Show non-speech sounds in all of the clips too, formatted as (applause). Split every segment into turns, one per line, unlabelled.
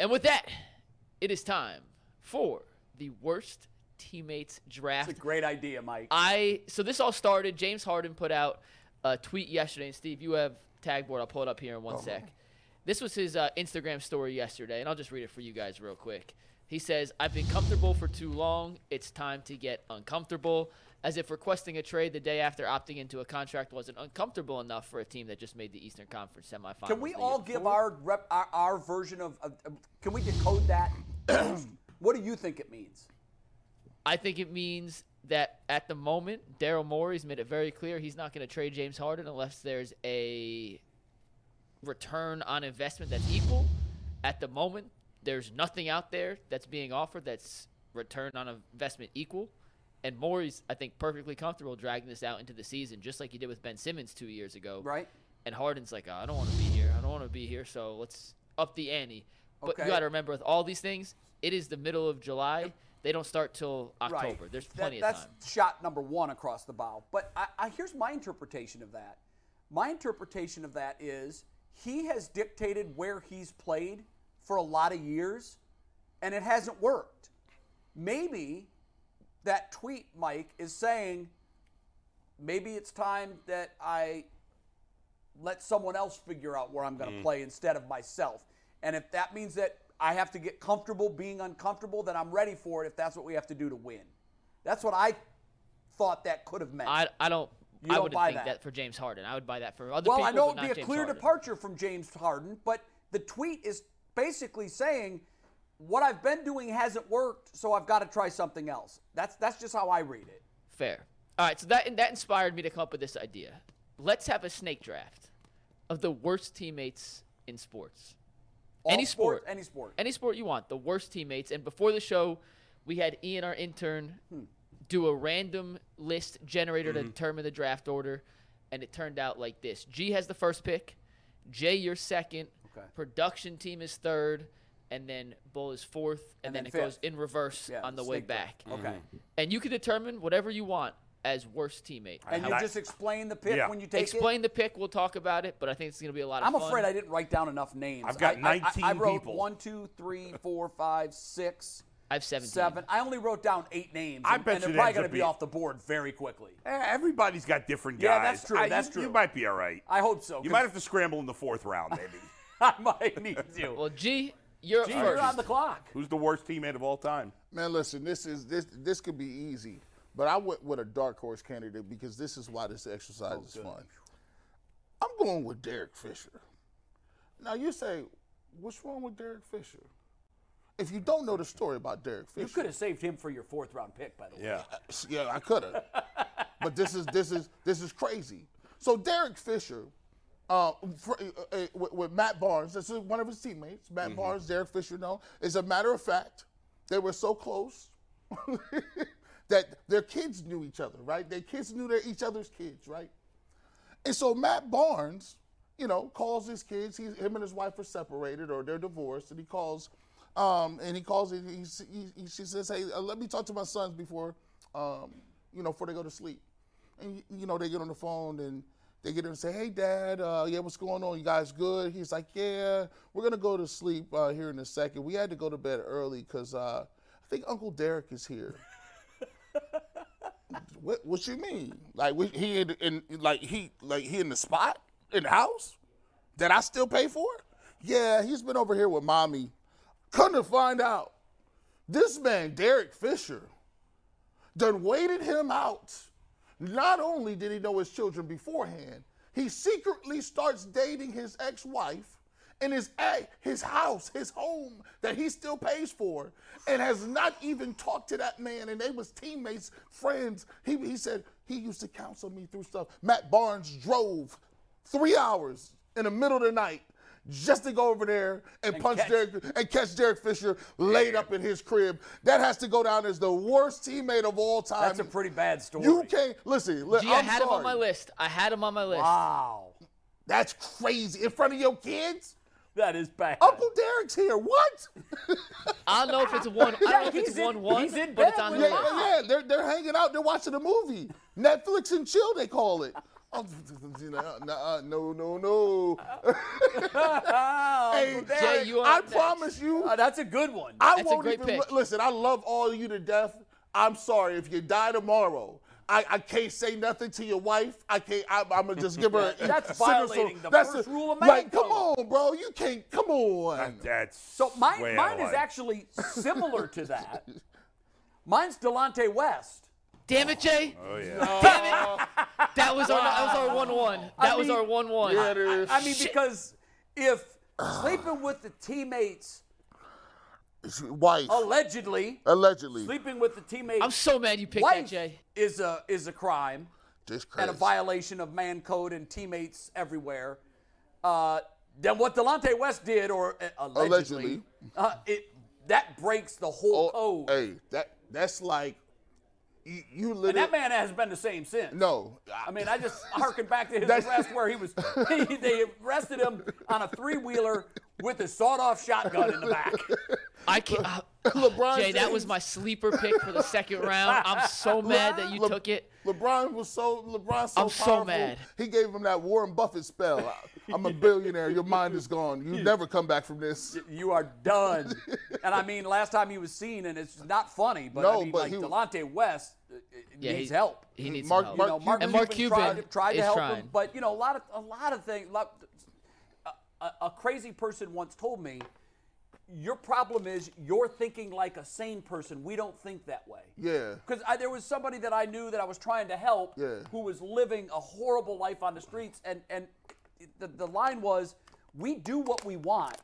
And with that, it is time for the worst teammates draft.
It's a great idea, Mike.
I so this all started. James Harden put out a tweet yesterday, and Steve, you have tag board. I'll pull it up here in one
Oh,
sec. This was his uh, Instagram story yesterday, and I'll just read it for you guys real quick. He says, "I've been comfortable for too long. It's time to get uncomfortable." As if requesting a trade the day after opting into a contract wasn't uncomfortable enough for a team that just made the Eastern Conference semifinals.
Can we
the
all
year
give
before.
our rep, our, our version of, of, of- Can we decode that? (clears throat) what do you think it means?
I think it means that at the moment, Daryl Morey's made it very clear he's not going to trade James Harden unless there's a return on investment that's equal. At the moment, there's nothing out there that's being offered that's return on investment equal. And Morey's, I think, perfectly comfortable dragging this out into the season, just like he did with Ben Simmons two years ago.
Right.
And Harden's like, "Oh, I don't want to be here. I don't want to be here. So let's up the ante. But
Okay.
you got to remember with all these things, it is the middle of July. They don't start till October. There's
That-
plenty of
that's
time.
shot number one across the bow. But I, I, here's my interpretation of that. My interpretation of that is he has dictated where he's played for a lot of years, and it hasn't worked. Maybe that tweet, Mike, is saying maybe it's time that I let someone else figure out where I'm going to play instead of myself. And if that means that I have to get comfortable being uncomfortable, then I'm ready for it if that's what we have to do to win. That's what I thought that could have meant.
I, I don't. I
don't
wouldn't
buy
think
that.
that. for James Harden. I would buy that for other
well,
people.
I know
but
it would
not
be a
James
clear
Harden.
departure from James Harden, but the tweet is basically saying what I've been doing hasn't worked, so I've got to try something else. That's that's just how I read it.
Fair. All right, so that that inspired me to come up with this idea. Let's have a snake draft of the worst teammates in sports.
All
any sport,
sports, any sport.
any sport you want. The worst teammates. And before the show, we had Ian, our intern,
Hmm.
do a random list generator to determine the draft order, and it turned out like this: G has the first pick, J your second,
Okay.
production team is third, and then Bull is fourth, and,
And
then,
then
it goes
fifth.
in reverse
Yeah,
on the way
snake draft.
back. Mm-hmm.
Okay.
And you can determine whatever you want as worst teammate.
And you
have-
just explain the pick
Yeah.
when you take it.
Explain the pick. We'll talk about it, but I think it's going to be a lot of
I'm
fun.
afraid I didn't write down enough names.
I've got
I- I- I-
19
I, wrote
people.
one, two, three, four, five, six,
I have 17.
seven. I only wrote down eight names.
I
and,
bet
and
you
they're
it
probably
ends
going to
up
be
being-
off the board very quickly.
Eh, everybody's got different guys.
Yeah, that's true,
I- you-
that's true.
You might be all right.
I hope so.
You
'cause
might have to scramble in the fourth round, maybe.
(laughs) I might
(laughs)
need you.
Well, G, you're
Gee,
1st
you're on the clock.
Who's the worst teammate of all time?
Man, listen, this is this this could be easy, but I went with a dark horse candidate because this is why this exercise is fun. I'm going with Derek Fisher. Now you say, what's wrong with Derek Fisher? If you don't know the story about Derek Fisher,
You could have saved him for your fourth round pick, by the way.
Yeah.
yeah, I could have. but this is this is this is crazy. So Derek Fisher, uh, fr- uh, uh, with, with Matt Barnes, this is one of his teammates. Matt Barnes, Derek Fisher. No, as a matter of fact, they were so close (laughs) that their kids knew each other. Right, their kids knew their each other's kids. Right, and so Matt Barnes, you know, calls his kids. He, him and his wife are separated or they're divorced, and he calls, um, and he calls. and He, he, he, she says, "Hey, uh, let me talk to my sons before, um, you know, before they go to sleep." And you know, they get on the phone and they get in and say, "Hey, Dad, uh, yeah, what's going on? You guys good?" He's like, "Yeah, we're gonna go to sleep uh, here in a second. We had to go to bed early because uh, I think Uncle Derek is here." What what you mean? Like we, he in, in like he like he in the spot in the house that I still pay for? Yeah, he's been over here with mommy. Come to find out, this man Derek Fisher done waited him out. Not only did he know his children beforehand, he secretly starts dating his ex-wife in his a- his house, his home that he still pays for, and has not even talked to that man. And they was teammates, friends. He he said he used to counsel me through stuff. Matt Barnes drove three hours in the middle of the night just to go over there and, punch
catch-
Derek and catch Derek Fisher laid up in his crib. That has to go down as the worst teammate of all time.
That's a pretty bad story.
You can't listen. Li-
G, I
I'm
had him on
sorry.
my list. I had him on my list.
Wow.
That's crazy in front of your kids.
That is bad.
Uncle Derek's here. What?
I don't know if it's a one. I don't
(laughs)
know if it's
he's in-
one one,
he's in
but
bed
it's on the
with
Yeah,
list.
yeah, yeah. They're, they're hanging out. They're watching a movie. Netflix and chill, they call it. (laughs) Oh, you know, nah, no, no, no.
(laughs)
Oh,
Hey,
Derek.
Jay, you are
I
next.
promise you,
Uh, that's a good one.
I
That's a
won't
great
even
pick.
li- listen. I love all of you to death. I'm sorry if you die tomorrow. I, I can't say nothing to your wife. I can't. I, I'm gonna just give her.
(laughs)
a-
That's
a-
violating the
that's
first
a-
rule of
Like,
Manco.
come on, bro. You can't. Come
(laughs)
on.
That's
So mine,
way I
mine is
like.
actually similar to that.
(laughs)
Mine's Delonte West.
Damn it, Jay.
Oh yeah.
Damn it. That was our that was
(laughs)
our one one. That was
mean-
our one one.
Yeah, it is.
I mean, because if sleeping with the teammates
wife.
Oh, allegedly,
Allegedly.
sleeping with the teammates
I'm so mad you picked that,
wife
Jay.
is a is a crime
Just crazy.
and a violation of man code and teammates everywhere. Uh, then what Delonte West did, or uh, allegedly,
Allegedly.
uh, it that breaks the whole
Oh,
code.
hey, that that's like you, you literally.
And that man has been the same since.
no,
I mean, I just harken back to his
That's-
arrest where he was. (laughs) He, they arrested him on a three wheeler with his sawed-off shotgun in the
(laughs)
back.
I can't. Uh,
LeBron
Jay, that was
James.
my sleeper pick for the second round. I'm
(laughs)
so mad that you
Le-
took it.
LeBron was so LeBron so
I'm so
powerful.
mad.
He gave him that Warren Buffett spell.
(laughs)
I, am a billionaire. Your mind is gone. You never come back from this.
You are done. And I mean, last time he was seen, and it's not funny, but I
No,
mean,
but
like
he-
Delonte West uh, uh,
Yeah,
needs
he-
help.
He needs
Mark-
some help.
you know, Mark
And
Mark
tried,
Cuban
tried to
is
help him,
trying.
but you know, a lot of a lot of things. Lot, a, a- a crazy person once told me, "Your problem is you're thinking like a sane person. We don't think that way."
Yeah.
Because there was somebody that I knew that I was trying to help
Yeah.
who was living a horrible life on the streets, and and the, the line was, "We do what we want,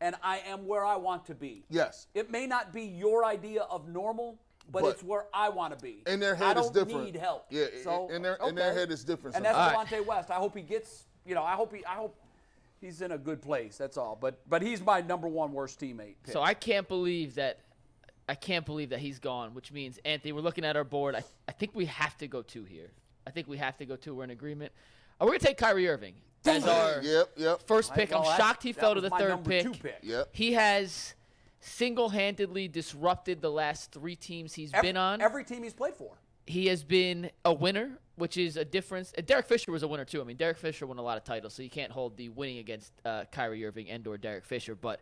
and I am where I want to be."
Yes.
It may not be your idea of normal, but,
But-
it's where I want to be.
In their
I
head
don't
is different.
need help.
Yeah, i-
So
in their- in their
okay.
head is different
And that's
sometimes.
Devontae West. I hope he gets. You know, I hope he. I hope he's in a good place. That's all. But but he's my number one worst teammate. Pick.
So I can't believe that. I can't believe that he's gone, which means Anthony, we're looking at our board. I, I think we have to go two here. I think we have to go two. We're in agreement. Uh, we're gonna take Kyrie Irving as our
Yep. Yep.
first pick.
Well,
I'm
that-
shocked he
Oh, that
fell to the
was my
third
number
pick.
two pick.
Yep.
He has single-handedly disrupted the last three teams he's
Every-
been on.
every team he's played for.
he has been a winner, which is a difference. And Derek Fisher was a winner too. I mean, Derek Fisher won a lot of titles, so you can't hold the winning against uh, Kyrie Irving and/or Derek Fisher. But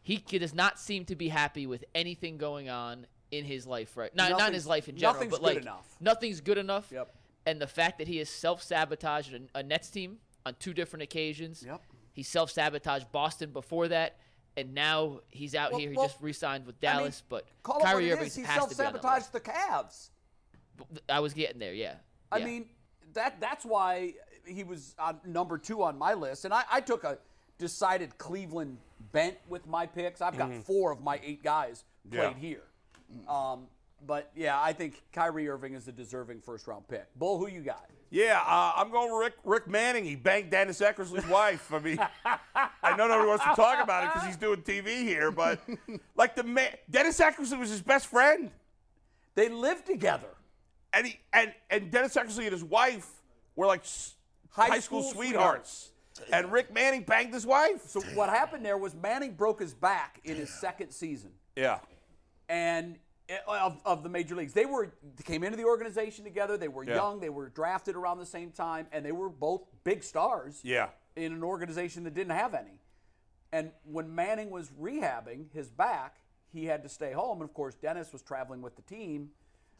he c- does not seem to be happy with anything going on in his life right not, not in
Nothing's-
his life in general
nothing's
but
good
like
enough.
nothing's good enough
Yep.
and the fact that he has self-sabotaged a, a nets team on two different occasions
Yep.
he self-sabotaged boston before that and now he's out
Well-
here he
well,
just re-signed with
I mean,
dallas
call
but
it what
kyrie
it
irving
is. He
has to be on that list.
self-sabotaged the Cavs.
i was getting there yeah
I
Yeah.
mean, that that's why he was on number two on my list, and I, I took a decided Cleveland bent with my picks. I've got four of my eight guys played
Yeah.
here, um, but yeah, I think Kyrie Irving is a deserving first round pick. Bull, who you got?
Yeah, uh, I'm going with Rick, Rick Manning. He banged Dennis Eckersley's wife. I mean, I know nobody wants to talk about it because he's doing TV
(laughs)
here, but like the man, Dennis Eckersley was his best friend,
They live together.
and he and and Dennis Eckersley and his wife were like s-
High
high, school,
school
sweethearts. And Rick Manning banged his wife.
So what happened there was Manning broke his back in his second season.
yeah,
and eh, of, of the major leagues. They were they came into the organization together. They were
Yeah.
young. They were drafted around the same time, and they were both big stars.
Yeah.
In an organization that didn't have any. And when Manning was rehabbing his back, he had to stay home. And of course, Dennis was traveling with the team.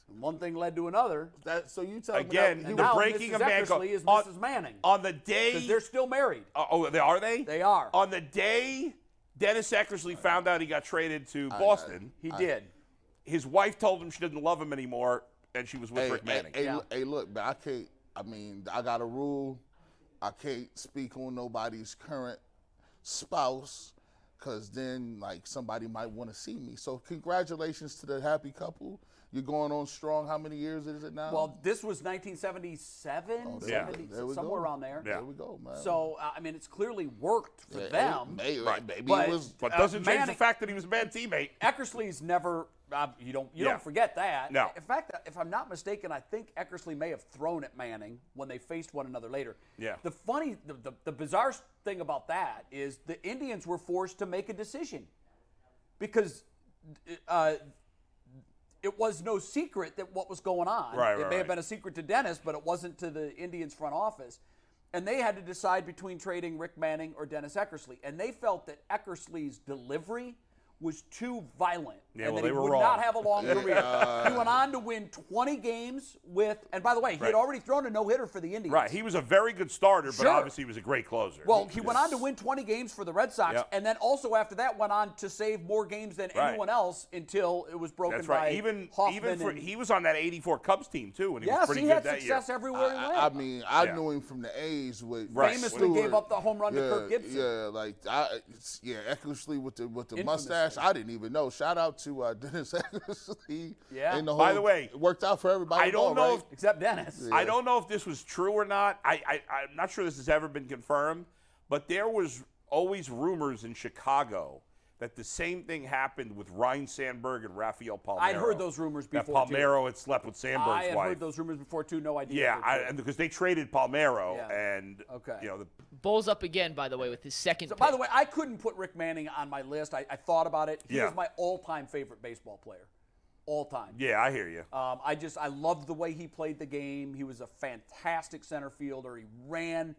And one thing led to another.
That, so you tell
Again, the
me that, he
And now
was-
breaking
Mrs.
of man
Eckersley
code.
is
On-
Mrs. Manning.
on the day
Because they're still married.
Uh, oh, they are they?
They are.
On the day Dennis Eckersley found out he got traded to Boston,
He did.
his wife told him she didn't love him anymore, and she was with
hey,
Rick Manning.
Hey, hey,
Yeah.
look- hey, look, man, I can't. I mean, I got a rule. I can't speak on nobody's current spouse, cause then like somebody might want to see me. So congratulations to the happy couple. You're going on strong. How many years is it now?
Well, this was 1977,
Oh, there we-
70,
there we
somewhere
go.
around there.
Yeah.
there we go, man.
So, uh, I mean, it's clearly worked for
Yeah, it-
them.
may-
Right.
Maybe
But-
it was.
But
Uh,
doesn't change the
Manning-
fact that he was a bad teammate.
Eckersley's never. Uh, you don't. You
Yeah.
don't forget that.
No.
In fact, uh, if I'm not mistaken, I think Eckersley may have thrown at Manning when they faced one another later.
Yeah.
The funny, the, the, the bizarre thing about that is the Indians were forced to make a decision because uh, it was no secret that what was going on.
Right,
it
right,
may have
right.
been a secret to Dennis, but it wasn't to the Indians front office. And they had to decide between trading Rick Manning or Dennis Eckersley. And they felt that Eckersley's delivery was too violent.
Yeah,
and
well,
that
they
he
were
would
wrong.
not have a
(laughs)
long career. he went on to win 20 games with, and by the way, he
Right.
had already thrown a no hitter for the Indians.
Right. He was a very good starter, but
Sure.
obviously he was a great closer.
Well, he went on to win 20 games for the Red Sox,
Yep.
and then also after that went on to save more games than
Right.
anyone else until it was broken
That's right.
by
Even
Hoffman.
even for
and-
he was on that '84 Cubs team too, and he was
yes,
pretty
he
good
had
that
success
year.
everywhere he went.
I, I mean, I
Yeah.
knew him from the A's with
Right.
famously
Stewart.
gave up the home run to
yeah,
Kirk Gibson.
Yeah, like I, it's- yeah, Eckersley with the with the
Infamously.
mustache. I didn't even know. Shout out to uh, (laughs) Dennis Eckersley.
Yeah.
and the
By
whole-
the way,
it worked out for everybody.
I don't
involved,
know
right?
if-
Except Dennis.
I don't know if this was true or not. I, I I'm not sure this has ever been confirmed, but there was always rumors in Chicago that the same thing happened with Ryan Sandberg and Rafael Palmeiro.
I'd heard those rumors
That
before, too.
Palmeiro had slept with Sandberg's
I had
wife.
heard those rumors before too. No idea.
yeah,
if
I,
they were
and
true.
because they traded Palmeiro
Yeah.
and
Okay.
you know the
Bulls up again, by the way, with his second.
So, by
pick.
the way, I couldn't put Rick Manning on my list. I, I thought about it. He
Yeah.
was my all-time favorite baseball player, all time.
yeah, I hear you.
Um, I just I loved the way he played the game. He was a fantastic center fielder. He ran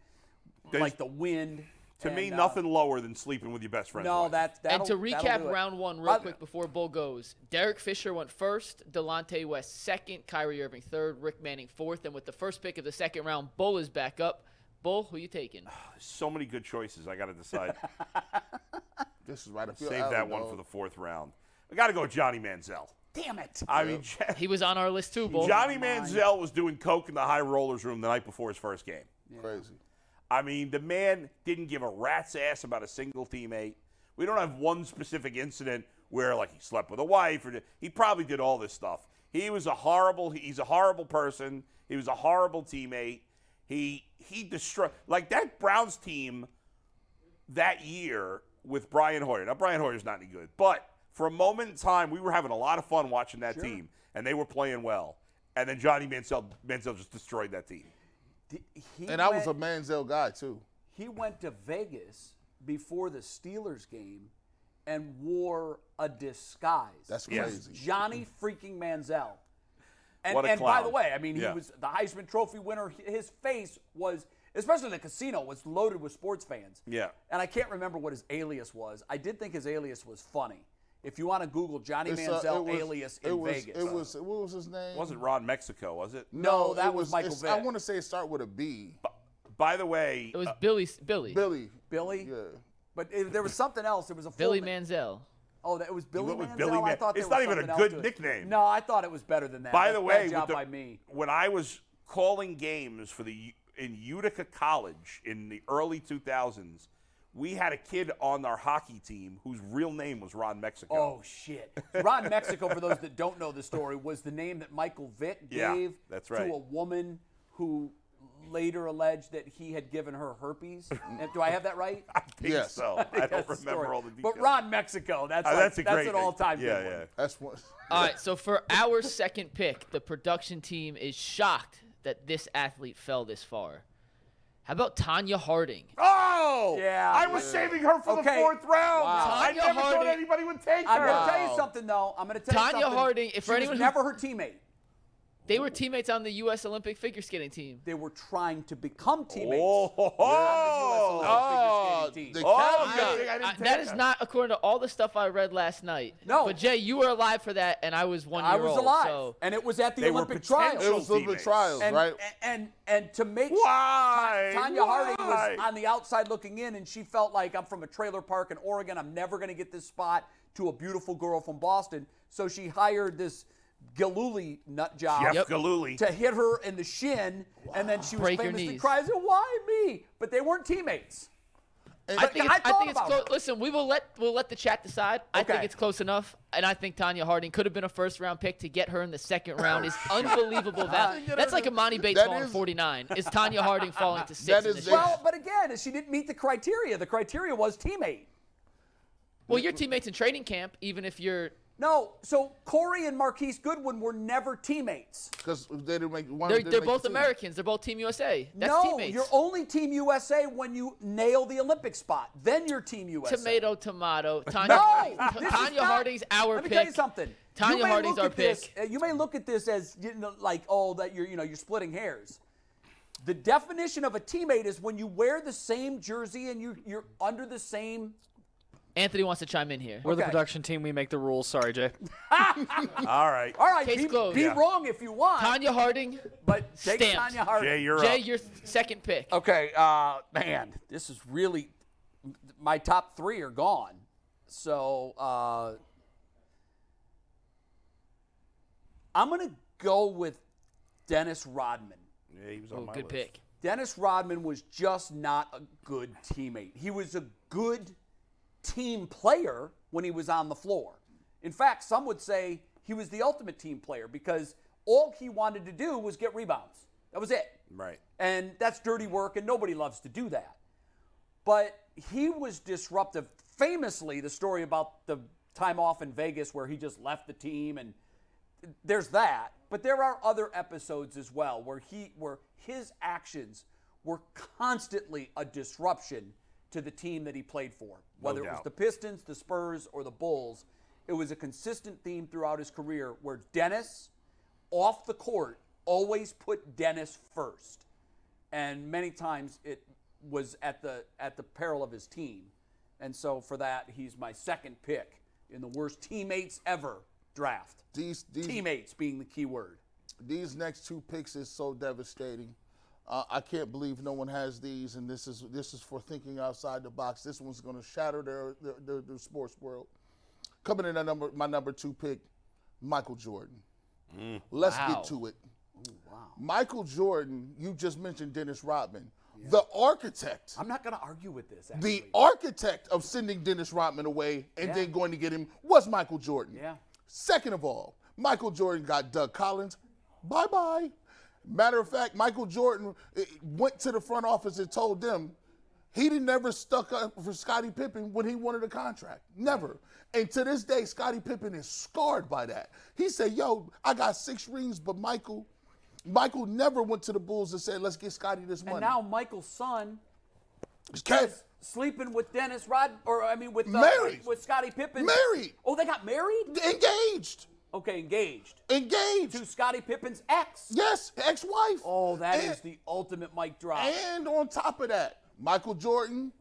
There's-
like the wind.
to me,
and, uh,
nothing lower than sleeping with your best friend.
No, that's that.
and to recap
do it.
round one
By
real
the-
quick before Bull goes, Derek Fisher went first, Delonte West second, Kyrie Irving third, Rick Manning fourth, and with the first pick of the second round, Bull is back up. Bull, who you
(sighs)
taking?
so many good choices. I
(laughs)
got to decide.
this is right up your
Save
alley,
that one
dog.
for the fourth round. I got to go with Johnny Manziel.
Damn it!
I mean, Ja-
He was on our list too, Bull.
Johnny Manziel was doing coke in the high rollers room the night before his first game.
crazy.
I mean, the man didn't give a rat's ass about a single teammate. We don't have one specific incident where like he slept with a wife or he probably did all this stuff. He was a horrible. He's a horrible person. He was a horrible teammate. He he destroyed like that Browns team that year with Brian Hoyer. Now Brian Hoyer's not any good, but for a moment in time, we were having a lot of fun watching that team, and they were playing well. And then Johnny Mansell Mansell just destroyed that team.
D- he
And I was a
went-
Manziel guy too.
he went to Vegas before the Steelers game and wore a disguise.
That's
Yes.
crazy.
Johnny freaking Manziel. And,
What a
and by
clown.
the way, I mean,
Yeah.
he was the Heisman Trophy winner. H- His face was, especially in the casino, was loaded with sports fans.
Yeah.
And I can't remember what his alias was. I did think his alias was funny. If you want to Google Johnny
It's, uh,
Manziel
it was-
alias
it
in
was,
Vegas,
It was what was his name?
It wasn't Ron Mexico, was it?
No, that
it
was Michael
it's- I
Vick.
want to say it start with a B.
By the way,
It
uh,
was Billy Billy.
Billy.
Billy.
Yeah.
But it, there was something else. It was a full
Billy
na-
Manziel.
Oh, that it was Billy
went with
Manziel.
Billy
I
Man-
thought there
It's
was
not even a
something else
good
to it.
nickname.
No, I thought it was better than that.
By
That's
the
bad
way, with
job
the-
by me.
when I was calling games for the U- in Utica College in the early 2000s, we had a kid on our hockey team whose real name was Ron Mexico.
Oh shit! Ron Mexico, for those that don't know the story, was the name that Michael Vick
Yeah,
gave
that's
to
right.
a woman who later alleged that he had given her herpes. And do I have that right?
I think
Yes.
(laughs)
so. (laughs) I don't
That's the
remember
story.
all the details.
But Ron Mexico, that's
Uh,
like-
that's a great
an
name.
all-time
Yeah,
good
yeah.
one.
That's one.
All right, so for our second pick, the production team is shocked that this athlete fell this far. How about Tanya Harding?
Oh!
Yeah.
I was saving her for the
Okay.
fourth round.
Wow.
I
Tanya
never thought
Harding-
anybody would take
I'm
her.
gonna tell
Wow.
you something though. I'm gonna tell
Tanya
you something.
Harding, if
she
for anyone
was
who-
never her teammate.
They were teammates on the U.S. Olympic figure skating team.
They were trying to become teammates.
Oh, ho, ho.
on the US Olympic figure skating team.
the
Oh,
cat-
good
Uh,
thing I didn't
I-
take
that is
her.
not according to all the stuff I read last night.
No.
But Jay, you were alive for that, and I was one year
I was
old.
alive,
So
and it was at the
They were
Olympic trials.
It was little
teammates.
trials,
and,
right?
and and and to make
Why?
Tanya Harding was
Why?
on the outside looking in, and she felt like I'm from a trailer park in Oregon. I'm never going to get this spot to a beautiful girl from Boston. So she hired this Galuli nut job
Jeff Galooly.
to hit her in the shin, and then she was
Break your
famously
knees.
cries, "Why me?" But they weren't teammates.
I
But
think
I
it's, I
thought
think it's
about
close.
her.
Listen, we will let we'll let the chat decide. I think
Okay.
it's close enough, and I think Tanya Harding could have been a first round pick to get her in the second round is unbelievable value. That's like Imani Bates
That
falling
is-
49. Is Tanya Harding falling to six?
That
in
is
the
a-
draft?
Well, but again, she didn't meet the criteria. The criteria was teammate.
well, your teammates in training camp, even if you're
No, so Corey and Marquise Goodwin were never teammates.
Because they didn't make one.
they're,
didn't
they're
make
both
the team.
Americans, they're both Team USA. That's
no,
teammates.
you're only Team USA when you nail the Olympic spot. Then you're Team USA.
Tomato, tomato. Tanya,
No,
Harding-
this is
Tanya
not-
Harding's our
Let me
pick.
tell you something.
Tanya
may
Harding's
look
our
at this-
pick.
uh, you may look at this as you know, like, oh, that you're you know you're splitting hairs. The definition of a teammate is when you wear the same jersey and you you're under the same.
Anthony wants to chime in here.
We're the
Okay.
production team. We make the rules. Sorry, Jay.
All right.
All right,
Case
be,
closed.
be
Yeah.
wrong if you want,
Tanya Harding,
but take
Stamped.
Tanya Harding.
Jay, you're
Jay,
up.
your th- second pick.
Okay, uh, man, this is really my top three are gone. So uh, I'm gonna go with Dennis Rodman.
Yeah, he was on
Oh,
my
good
list.
pick.
Dennis Rodman was just not a good teammate. He was a good team player when he was on the floor. In fact, some would say he was the ultimate team player because all he wanted to do was get rebounds. That was it.
Right.
And that's dirty work, and nobody loves to do that. But he was disruptive. Famously, the story about the time off in Vegas where he just left the team, and there's that. But there are other episodes as well where he, where his actions were constantly a disruption to the team that he played for, whether it was
doubt.
the Pistons, the Spurs, or the Bulls. It was a consistent theme throughout his career where Dennis, off the court, always put Dennis first and many times it was at the at the peril of his team. And so for that, he's my second pick in the worst teammates ever draft.
These these
Teammates being the key word.
these next two picks is so devastating. Uh, I can't believe no one has these, and this is this is for thinking outside the box. This one's going to shatter their their, their their sports world. Coming in at number my number two pick, Michael Jordan.
Mm.
Let's
Wow.
get to it. Michael Jordan, you just mentioned Dennis Rodman, the architect,
I'm not going to argue with this. Actually.
the architect of sending Dennis Rodman away and
Yeah.
then going to get him was Michael Jordan.
Yeah.
Second of all, Michael Jordan got Doug Collins. Bye bye. Matter of fact, Michael Jordan eh, went to the front office and told them he didn't never stuck up for Scottie Pippen when he wanted a contract. Never. And to this day, Scottie Pippen is scarred by that. He said, "Yo, I got six rings, but Michael, Michael never went to the Bulls and said, let's get Scottie this money."
and now Michael's son
Kev,
is sleeping with Dennis Rod, or I mean with uh,
Married.
with Scottie Pippen.
Married.
Oh, they got married.
engaged,
Okay, engaged to
engaged.
Scottie Pippen's ex.
Yes, ex-wife.
Oh, that is
And-
the ultimate mic drop.
And on top of that, Michael Jordan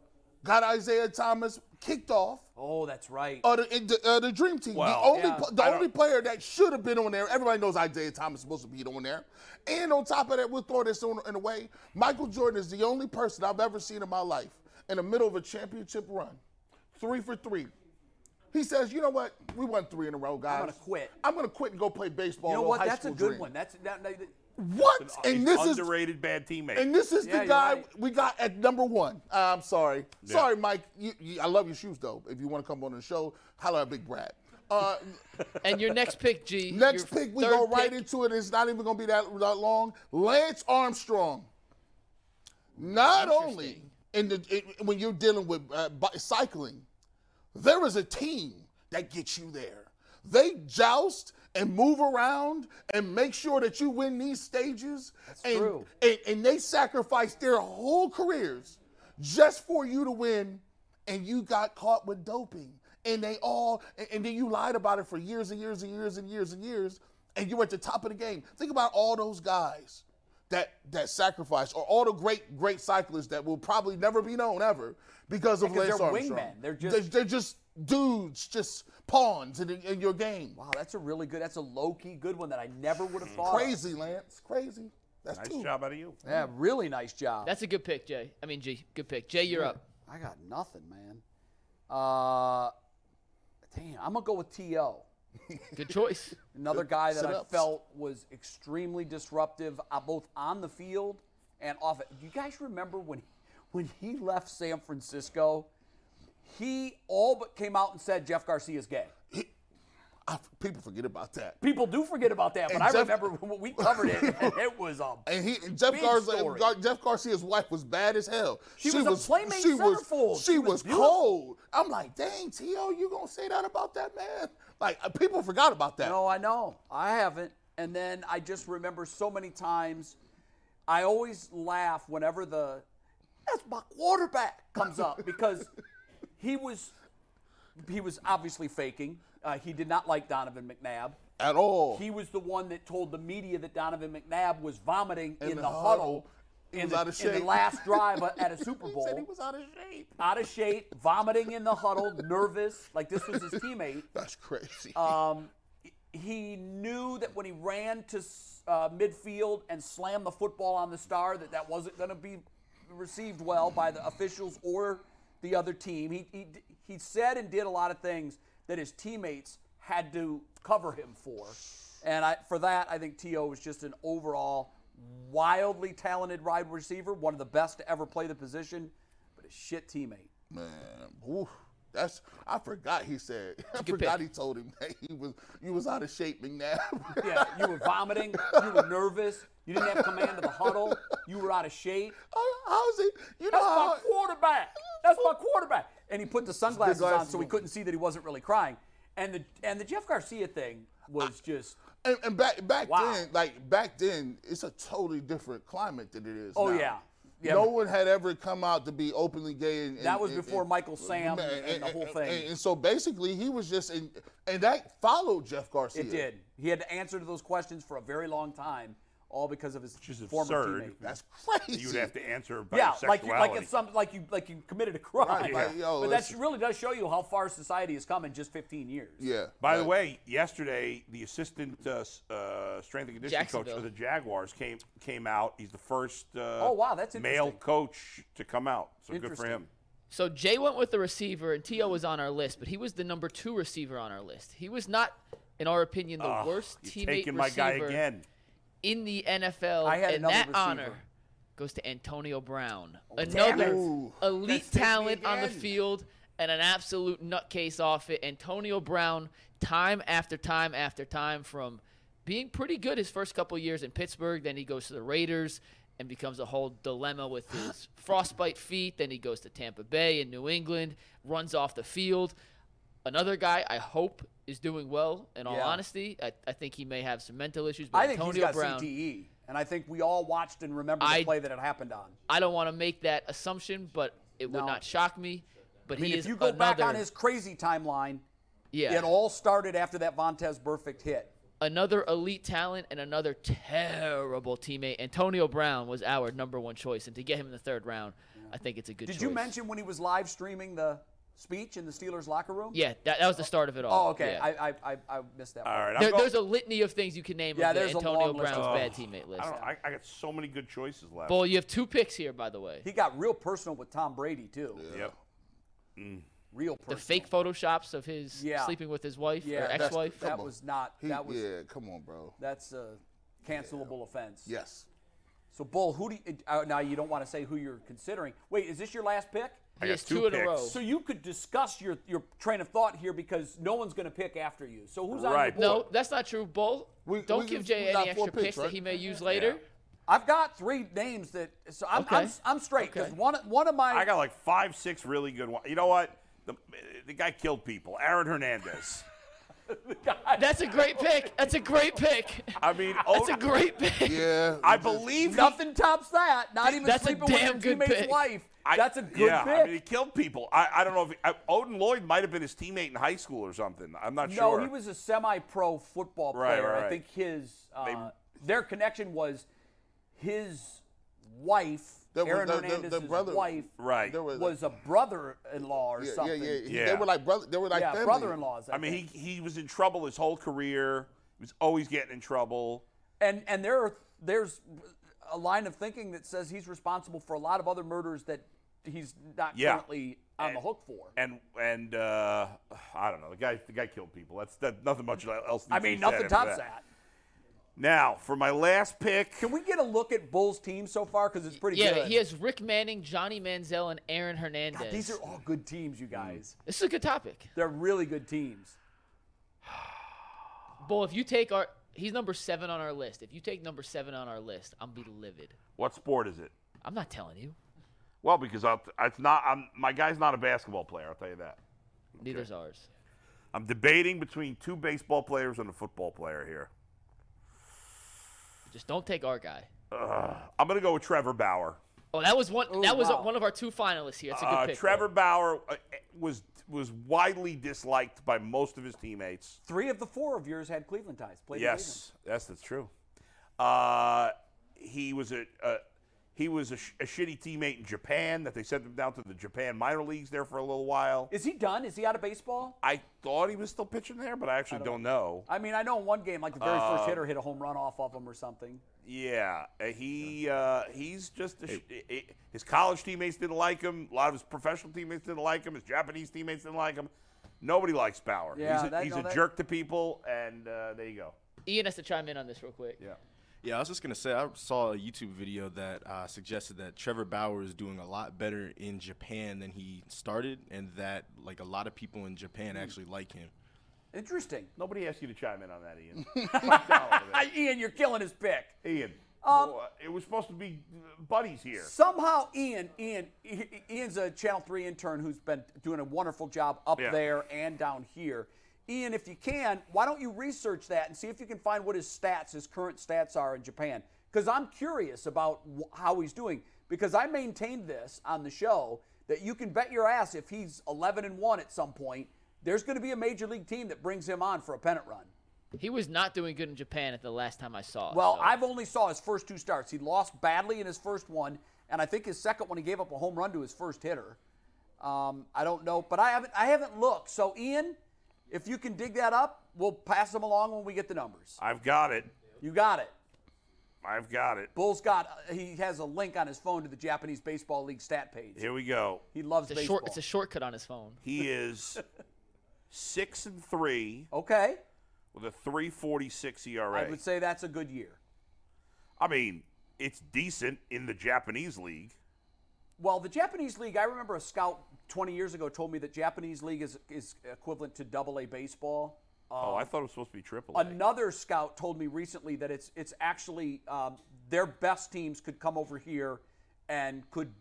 got Isaiah Thomas kicked off
oh, that's right.
of the, in the, uh, the Dream Team.
Wow.
the only,
Yeah.
pl- the
I don't-
only player that should have been on there, everybody knows Isaiah Thomas is supposed to be on there. And on top of that, we'll throw this on, in a way. Michael Jordan is the only person I've ever seen in my life in the middle of a championship run, three for three. He says, you know what? We won three in a row, guys.
gonna quit."
I'm going to quit and go play baseball.
you know
old
what?
high
That's a
school
good
dream."
one. That's that, that,
What?
He's
and this is
underrated bad teammate.
And this is
Yeah,
the
you're
guy
right.
we got at number one. Uh, I'm sorry. Sorry, Mike. You, you, I love your shoes, though. If you want to come on the show, holla at Big Brad.
(laughs)
Uh,
And your next pick, G.
next
your
pick, we
third
go right
pick.
into it. It's not even going to be that, that long. Lance Armstrong. Not only in the it, when you're dealing with uh, bi- cycling, there is a team that gets you there. They joust and move around and make sure that you win these stages. and,
true.
And, and they sacrifice their whole careers just for you to win, and you got caught with doping. And they all, and, and then you lied about it for years and years and years and years and years, and you were at the top of the game. Think about all those guys that that sacrificed, or all the great great cyclists that will probably never be known ever because of
Yeah, 'cause
Lance
they're
Armstrong.
wingmen. They're just-
They- they're just dudes, just pawns in, in your game.
Wow, that's a really good. That's a low key good one that I never would have thought. of.
Crazy, Lance. Crazy. That's
nice
two.
job out of you.
Yeah, really nice job.
That's a good pick, Jay. I mean, G. Good pick. Jay, you're up.
I got nothing, man. Uh, damn, I'm gonna go with To.
Good choice.
Another guy that I
sit-ups.
felt was extremely disruptive, uh, both on the field and off it. Do you guys remember when when he left San Francisco? He all but came out and said Jeff Garcia is gay.
I- people forget about that.
People do forget about that, but
And
I
Jeff-
remember when we covered it, and it was a
And he and Jeff,
Big
Garza,
story.
Gar- Jeff Garcia's wife was bad as hell.
She was a playmate
she was,
centerfold.
She,
She was
was,
beautiful.
cold. I'm like, dang, T.O., you gonna say that about that man? Like uh, people forgot about that.
No, Oh, I know. I haven't. And then I just remember so many times. I always laugh whenever
(laughs)
the that's my quarterback comes up because he was he was obviously faking. Uh, he did not like Donovan McNabb.
at all.
He was the one that told the media that Donovan McNabb was vomiting in, the,
the
huddle,
huddle. He
in,
was
the,
out of
in the
shape.
last
(laughs)
drive at a Super
he
Bowl.
said he was out of shape.
out of shape, vomiting in the huddle, nervous, like this was his teammate.
That's crazy.
Uh, He knew that when he ran to uh, midfield and slammed the football on the star, that that wasn't going to be received well by the officials or the other team. He, he he said and did a lot of things that his teammates had to cover him for, and I, for that I think To was just an overall wildly talented wide receiver, one of the best to ever play the position, but a shit teammate.
Man, oof, that's I forgot he said. (laughs) I
good
forgot
pick.
he told him that he was you was out of shape, McNabb. (laughs)
Yeah, you were vomiting. You were nervous. You didn't have command of the huddle. You were out of shape.
How- How's he? You know
That's my
how?
quarterback. That's my quarterback. And he put the sunglasses on
glasses
so we
on.
couldn't see that he wasn't really crying. And the and the Jeff Garcia thing
Ah,
was just
And, and back back
Wow.
then, like back then, it's a totally different climate than it is.
Oh,
now.
yeah. Yeah.
No one had ever come out to be openly gay. And, and-
That was
and-
before
and-
Michael Sam
Man,
and the whole
And,
thing.
and so basically, he was just in, and that followed Jeff Garcia.
It did. He had to answer to those questions for a very long time, all because of his
is
former
absurd.
teammate.
That's (laughs) crazy.
You'd have to answer about
Yeah,
your
like you, like
sexuality.
it's some like you like you committed a crime.
Right, like, yo,
but that
listen.
really does show you how far society has come in just 15 years.
Yeah.
By the
Like,
way, yesterday the assistant uh, s- uh, strength and conditioning coach
Jacksonville.
of the Jaguars came came out. He's the first uh,
Oh, wow, that's
male
interesting.
coach to come out. So good for
Interesting.
him.
So Jay went with the receiver, and T.O. was on our list, but he was the number two receiver on our list. He was not, in our opinion, the
Ah,
worst teammate
you're taking
receiver
my guy again.
in the NFL.
I had
and
another
that
receiver. Oh,
honor goes to Antonio Brown,
damn
another
it.
Ooh.
elite
That's me
talent on the
again.
field and an absolute nutcase off it. Antonio Brown, time after time after time, from being pretty good his first couple years in Pittsburgh, then he goes to the Raiders and becomes a whole dilemma
(gasps)
with his frostbite feet. Then he goes to Tampa Bay and New England, runs off the field. Another guy I hope is doing well. In all
Yeah.
honesty, I, I think he may have some mental issues. But
I think
Antonio
he's got E.
Brown,
CTE, and I think we all watched and remember the
I-
play that it happened on.
I don't want to make that assumption, but it would
No.
not shock me. But
I mean,
he
if
is
you go
another,
back on his crazy timeline,
yeah,
it all started after that Vontez perfect hit.
another elite talent and another terrible teammate. Antonio Brown was our number one choice, and to get him in the third round, I think it's a good.
Did
choice.
you mention when he was live streaming the speech in the Steelers locker room?
Yeah, that, that was the start of it all.
Oh, okay.
Yeah.
I, I, I, I missed that.
All
one.
right, I'm
There-
going-
there's a litany of things you can name.
Yeah,
of the
there's a
Antonio
long list
Brown's
of-
bad teammate list.
I, don't, I, I got so many good choices left.
Bull, you have two picks here, by the way.
He got real personal with Tom Brady too.
Yep.
Real personal.
the fake photoshops of his
Yeah.
sleeping with his wife
Yeah,
or
that's-
ex-wife.
That
on.
was not.
he-
that was.
yeah, come on, bro.
That's a cancelable offense.
Yes.
So, Bull, who do you, uh, now you don't want to say who you're considering. Wait, is this your last pick?
I
He
got
has
two
two in a
picks.
row.
So you could discuss your, your train of thought here because no one's going to pick after you. So who's on your
Right.
board?
No, that's not true, Bull.
We-
Don't
we-
give
we
Jay
got
any
four
extra picks,
picks,
that
right?
he may use later.
I've got three names that. So I'm I'm,
Okay.
I'm straight because
Okay.
one one of my
I got like five, six really good ones. You know what? The, the guy killed people. Aaron Hernandez.
That's a great pick. That's a great pick. (laughs)
(laughs)
I mean,
That's
Od-
a great pick.
Yeah.
I believe he
nothing tops that. Not even
That's a
sleeping
damn
with your
good
teammate's
pick.
wife.
I-
That's a good
yeah,
pick.
I mean, he killed people. I, I don't know if I, Odin Lloyd might have been his teammate in high school or something. I'm not
no,
sure.
he was a semi-pro football player.
Right, right,
I
right.
think his uh, their connection was his wife,
Their-
Aaron
their- their- their
Hernandez's
brother-
wife,
right.
There was,
was a brother-in-law or
yeah, yeah,
something.
yeah, he-
Yeah.
They were like brother. They were like
Yeah,
family.
brother-in-laws. I,
I mean,
think.
he he was in trouble his whole career. He was always getting in trouble.
and and there are, there's a line of thinking that says he's responsible for a lot of other murders that he's not
Yeah.
currently on the
And-
hook for.
And and uh, I don't know. The guy the guy killed people. That's that. Nothing much else.
I
needs to be
mean,
said
nothing
after
tops that.
Now for my last pick.
Can we get a look at Bull's team so far? Because it's pretty
(laughs) Yeah,
good.
he has Rick Manning, Johnny Manziel, and Aaron Hernandez.
These are all good teams,
Mm.
you guys.
this is a good topic.
They're really good teams.
Bull, if you take our, he's number seven on our list. If you take number seven on our list, I'm be livid.
What sport is it?
I'm not telling you.
Well, because I'll, it's not. I'm, my guy's not a basketball player. I'll tell you that.
Neither's ours.
I'm debating between two baseball players and a football player here.
Just don't take our guy.
I'm gonna go with Trevor Bauer.
Oh, that was one.
Ooh,
that was
wow.
one of our two finalists here. That's a good
Uh,
pick.
Trevor Bauer uh, was was widely disliked by most of his teammates.
Three of the four of yours had Cleveland ties. Played in
Yes, that's that's true. Uh, he was a, a he was a, sh- a shitty teammate in Japan that they sent him down to the Japan minor leagues there for a little while.
Cleveland. Is he done? Is he out of baseball?
I thought he was still pitching there, but I actually don't, know.
I mean, I know in one game, like the very
Uh,
first hitter hit a home run off of him or something.
Yeah, uh, he uh, he's just a sh- i- i- his college teammates didn't like him. A lot of his professional teammates didn't like him. His Japanese teammates didn't like him. Nobody likes Bauer.
Yeah,
he's a,
that-
he's
no,
a
that-
jerk to people, and uh, there you go.
Ian has to chime in on this real quick.
Yeah, I was just gonna say I saw a YouTube video that uh, suggested that Trevor Bauer is doing a lot better in Japan than he started, and that like a lot of people in Japan actually like him.
Interesting.
Nobody asked you to chime in on that,
(laughs)
Ian.
I, Ian, you're killing his pick.
Ian,
Um,
well, uh, it was supposed to be uh, buddies here.
Somehow, Ian, Ian, I- I- Ian's a Channel Three intern who's been doing a wonderful job up
Yeah.
there and down here. Ian, if you can, why don't you research that and see if you can find what his stats, his current stats are in Japan? Because I'm curious about wh- how he's doing. Because I maintained this on the show that you can bet your ass if he's 11 and one at some point, there's going to be a major league team that brings him on for a pennant run.
He was not doing good in Japan at the last time I saw. it,
Well,
so-
I've only saw his first two starts. He lost badly in his first one, and I think his second one he gave up a home run to his first hitter. Um, I don't know, but I haven't I haven't looked. So Ian, if you can dig that up, we'll pass them along when we get the numbers.
I've got it.
You got it.
I've got it.
Bull's got uh, he has a link on his phone to the Japanese Baseball League stat page.
Here we go.
He loves
it's a
baseball.
short. It's a shortcut on his phone.
(laughs)
He is six and three
okay,
with a 3.46 ERA.
I would say that's a good year.
I mean, it's decent in the Japanese league.
Well, the Japanese league, I remember a scout 20 years ago told me that Japanese league is is equivalent to Double A baseball.
Oh, I thought it was supposed to be triple. A.
Another scout told me recently that it's it's actually um, their best teams could come over here and could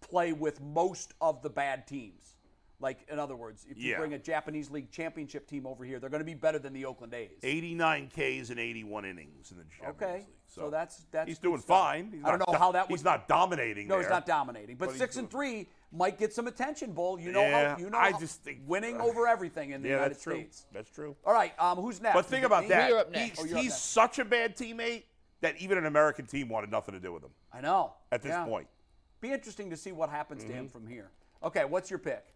play with most of the bad teams. Like in other words, if you
Yeah.
bring a Japanese League championship team over here, they're going to be better than the Oakland A's.
89 Ks and 81 innings in the Japanese
okay,
league.
so, that's that's
he's
good
doing
stuff.
fine. He's
I don't
not
know
do-
how that
He's
would-
not dominating.
No, he's
there.
not dominating, but,
he's
six and three might get some attention. Bull, you know
Yeah,
how you know
I
how-
just think- uh,
winning over everything in the
Yeah,
United
that's true.
States.
That's true.
All right, um, who's next?
But
Is
think
it
about
me?
that.
You're up next.
He's,
Oh,
you're up
he's
next.
such a bad teammate that even an American team wanted nothing to do with him
I know.
at this
Yeah.
point. Mm-hmm.
Be interesting to see what happens to him from here. Okay, what's your pick?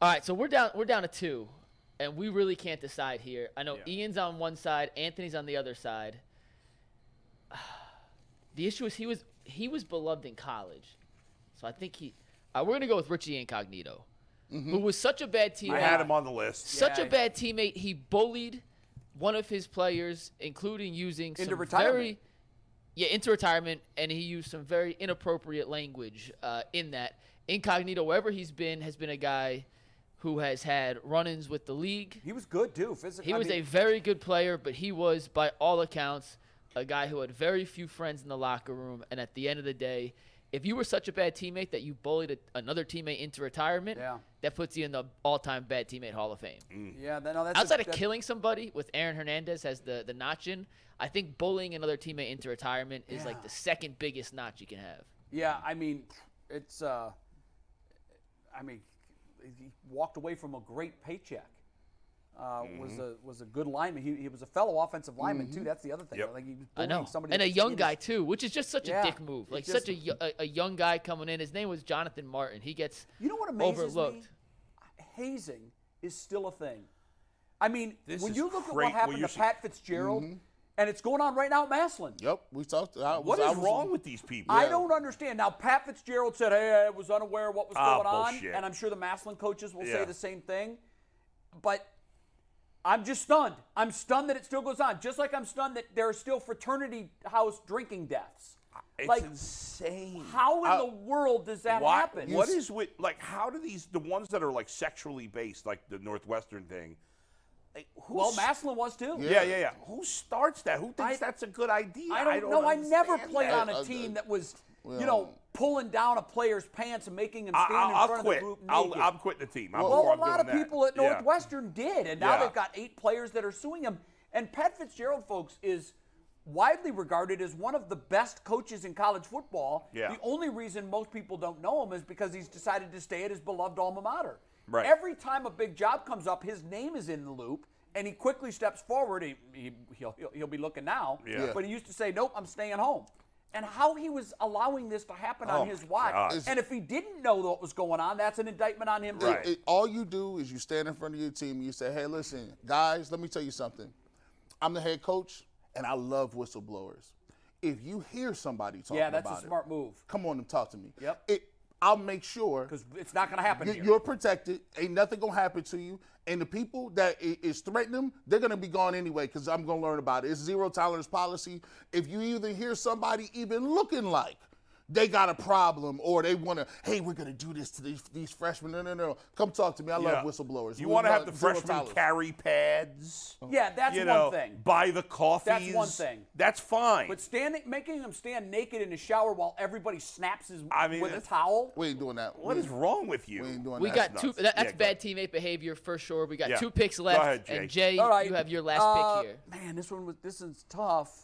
All right, so we're down. We're down to two, and we really can't decide here. I know Ian's on one side, Anthony's on the other side. (sighs) The issue is he was he was beloved in college, so I think he. Uh, we're gonna go with Richie Incognito, who was such a bad teammate.
I had him on the list.
such
Yeah,
a
yeah.
bad teammate. He bullied one of his players, including using
Into
some
retirement.
very yeah into retirement, and he used some very inappropriate language uh, in that. Incognito, wherever he's been, has been a guy who has had run-ins with the league.
He was good too. Physically,
He was a very good player, but he was, by all accounts, a guy who had very few friends in the locker room. And at the end of the day, if you were such a bad teammate that you bullied a, another teammate into retirement,
Yeah.
that puts you in the all-time bad teammate Hall of Fame.
a yeah. that- No, that's a-
Outside of
that-
killing somebody with Aaron Hernandez as the, the notch in, I think bullying another teammate into retirement is like the second biggest notch you can have.
Yeah, I mean, it's. Uh, I mean, he walked away from a great paycheck. Uh, Was a was a good lineman. He, he was a fellow offensive lineman too. That's the other thing.
Yep.
I think he was
I
bullying
know.
somebody
and
that
a
the
young
team
guy,
is-
too, which is just such
Yeah,
a dick move.
it
Like,
just-
such a, yo- a, a young guy coming in. His name was Jonathan Martin. He gets
You know what amazes
overlooked.
me? Hazing is still a thing. I mean,
This
when
is
you Mm-hmm. look at
cra-
what
well,
happened
you're
to
se-
Pat Fitzgerald, and it's going on right now at Maslin.
Yep, we talked. I was,
What
I
is
was-
wrong with these people?
I don't understand. Now, Pat Fitzgerald said, hey, I was unaware of what was
Ah,
going on.
bullshit.
And I'm sure the Maslin coaches will say
Yeah.
the same thing. But I'm just stunned. I'm stunned that it still goes on. Just like I'm stunned that there are still fraternity house drinking deaths.
It's
like,
insane.
how in the world does that
Uh, Why-
happen?
What is with like? How do these the ones that are like sexually based, like the Northwestern thing? Like, who's,
well, Maslin was too.
Yeah, yeah, yeah. Who starts that? Who
I-
thinks that's a good idea?
I don't, know. I never
understand
played
that.
on
I-
a
I-
team that was, you
yeah.
know, pulling down a player's pants and making him
I,
stand in
I'll, I'll
front
quit.
of the group.
I'll,
naked.
I'm quitting the team. I'm
Well,
before
a
I'm
lot of
doing that.
people at
Yeah.
Northwestern did, and now
Yeah.
they've got eight players that are suing him. And Pat Fitzgerald, folks, is widely regarded as one of the best coaches in college football.
Yeah.
The only reason most people don't know him is because he's decided to stay at his beloved alma mater.
Right.
Every time a big job comes up, his name is in the loop, and he quickly steps forward. He, he, he'll, he'll- he'll be looking now,
Yeah.
but he used to say, "Nope, I'm staying home." And how he was allowing this to happen
Oh
on his
my
watch,
God.
and if he didn't know what was going on, that's an indictment on him. too.
Right.
it- it- all you do is you stand in front of your team and you say, hey, listen, guys, let me tell you something. I'm the head coach and I love whistleblowers. If you hear somebody talking
Yeah, that's
about
a smart move
it, come on and talk to me.
Yep.
It, I'll make sure
because it's not going to happen.
you-
here.
you're protected. Ain't nothing gonna happen to you. And the people that i- is threatening them, they're gonna be gone anyway because I'm gonna learn about it. It's zero tolerance policy. If you even hear somebody even looking like they got a problem or they wanna, hey, we're gonna do this to these, these freshmen. No, no, no. Come talk to me. I
Yeah.
love whistleblowers.
You
We
want to
love
have the
zero
freshmen
tolerance.
carry pads.
yeah, that's
you
one
know,
thing.
buy the coffees.
thing.
That's fine.
But standing, making him stand naked in the shower while everybody snaps his
I mean,
with a
it's-
towel.
We ain't doing that.
what
we,
Hmm.
is wrong with you?
We ain't doing
We
that.
got
nuts.
two. That,
Yeah,
that's
go
bad teammate behavior for sure. We got
Yeah.
two picks
Go
left,
ahead, Jay.
and Jay,
All right,
you have your last
uh,
pick here.
Man, this one was this is tough.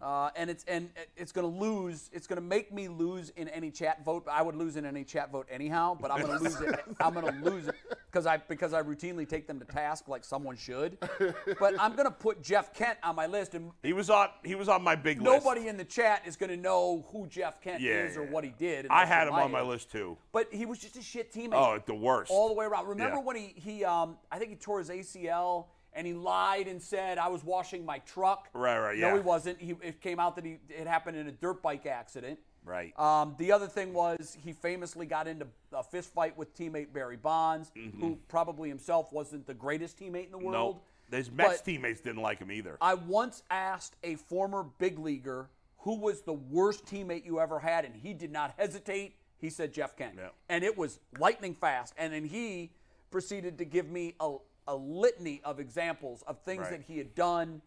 Uh, and it's and it- it's gonna lose. It's gonna make me lose in any chat vote. I would lose in any chat vote anyhow, but I'm gonna lose it.
(laughs)
I'm gonna lose it because I because I routinely take them to task like someone should.
(laughs)
But I'm gonna put Jeff Kent on my list, and
He was on. He was on my big list.
nobody in the chat is gonna know who Jeff Kent
Yeah,
is or
yeah,
what he did.
I
unless
had
they're
him on my
age.
list too.
But he was just a shit teammate.
Oh, the worst.
all the way around. Remember
Yeah.
when he he um I think he tore his ACL and he lied and said I was washing my truck.
Right, right,
No,
yeah.
he wasn't. He it came out that he it happened in a dirt bike accident.
Right.
Um, the other thing was he famously got into a fist fight with teammate Barry Bonds,
Mm-hmm.
who probably himself wasn't the greatest teammate in the world.
no, his Mets
But-
teammates didn't like him either.
I once asked a former big leaguer who was the worst teammate you ever had, and he did not hesitate. He said Jeff Kent.
Yeah.
And it was lightning fast. And then he proceeded to give me a, a litany of examples of things
Right.
that he had done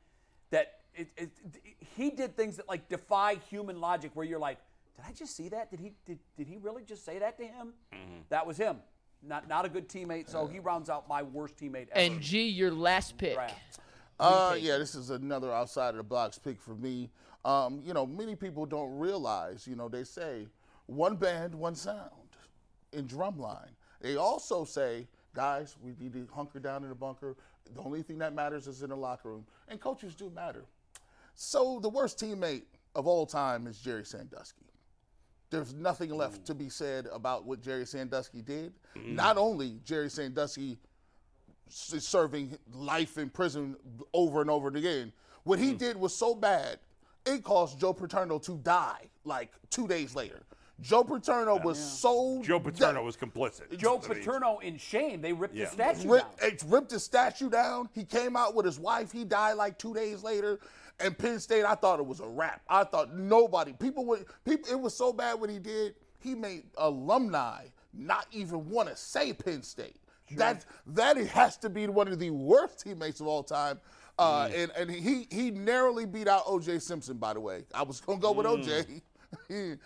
that it, it, he did things that like defy human logic where you're like, did I just see that? Did he did, did he really just say that to him?
Mm-hmm.
That was him. Not not a good teammate. So he rounds out my worst teammate ever.
And G, your last pick.
draft.
Uh, yeah, this is another outside of the box pick for me. Um, you know, many people don't realize, you know, they say one band, one sound in drumline. They also say, guys, we need to hunker down in the bunker. The only thing that matters is in the locker room. And coaches do matter. So the worst teammate of all time is Jerry Sandusky. There's nothing left to be said about what Jerry Sandusky did.
Mm.
Not only Jerry Sandusky s- serving life in prison over and over again. What
Mm.
he did was so bad, it caused Joe Paterno to die like two days later. Joe Paterno was so
Oh, Joe Paterno was complicit.
Joe
I mean,
Paterno in shame. They ripped
Yeah.
his statue
Rip,
down.
it ripped his statue down. He came out with his wife. He died like two days later. And Penn State, I thought it was a wrap. I thought nobody, people would, people. It was so bad what he did. He made alumni not even want to say Penn State. That that it has to be one of the worst teammates of all time. Uh,
Mm.
And and he he narrowly beat out O.J. Simpson. By the way, I was gonna go with O.J. (laughs) Yeah, I-
Mm.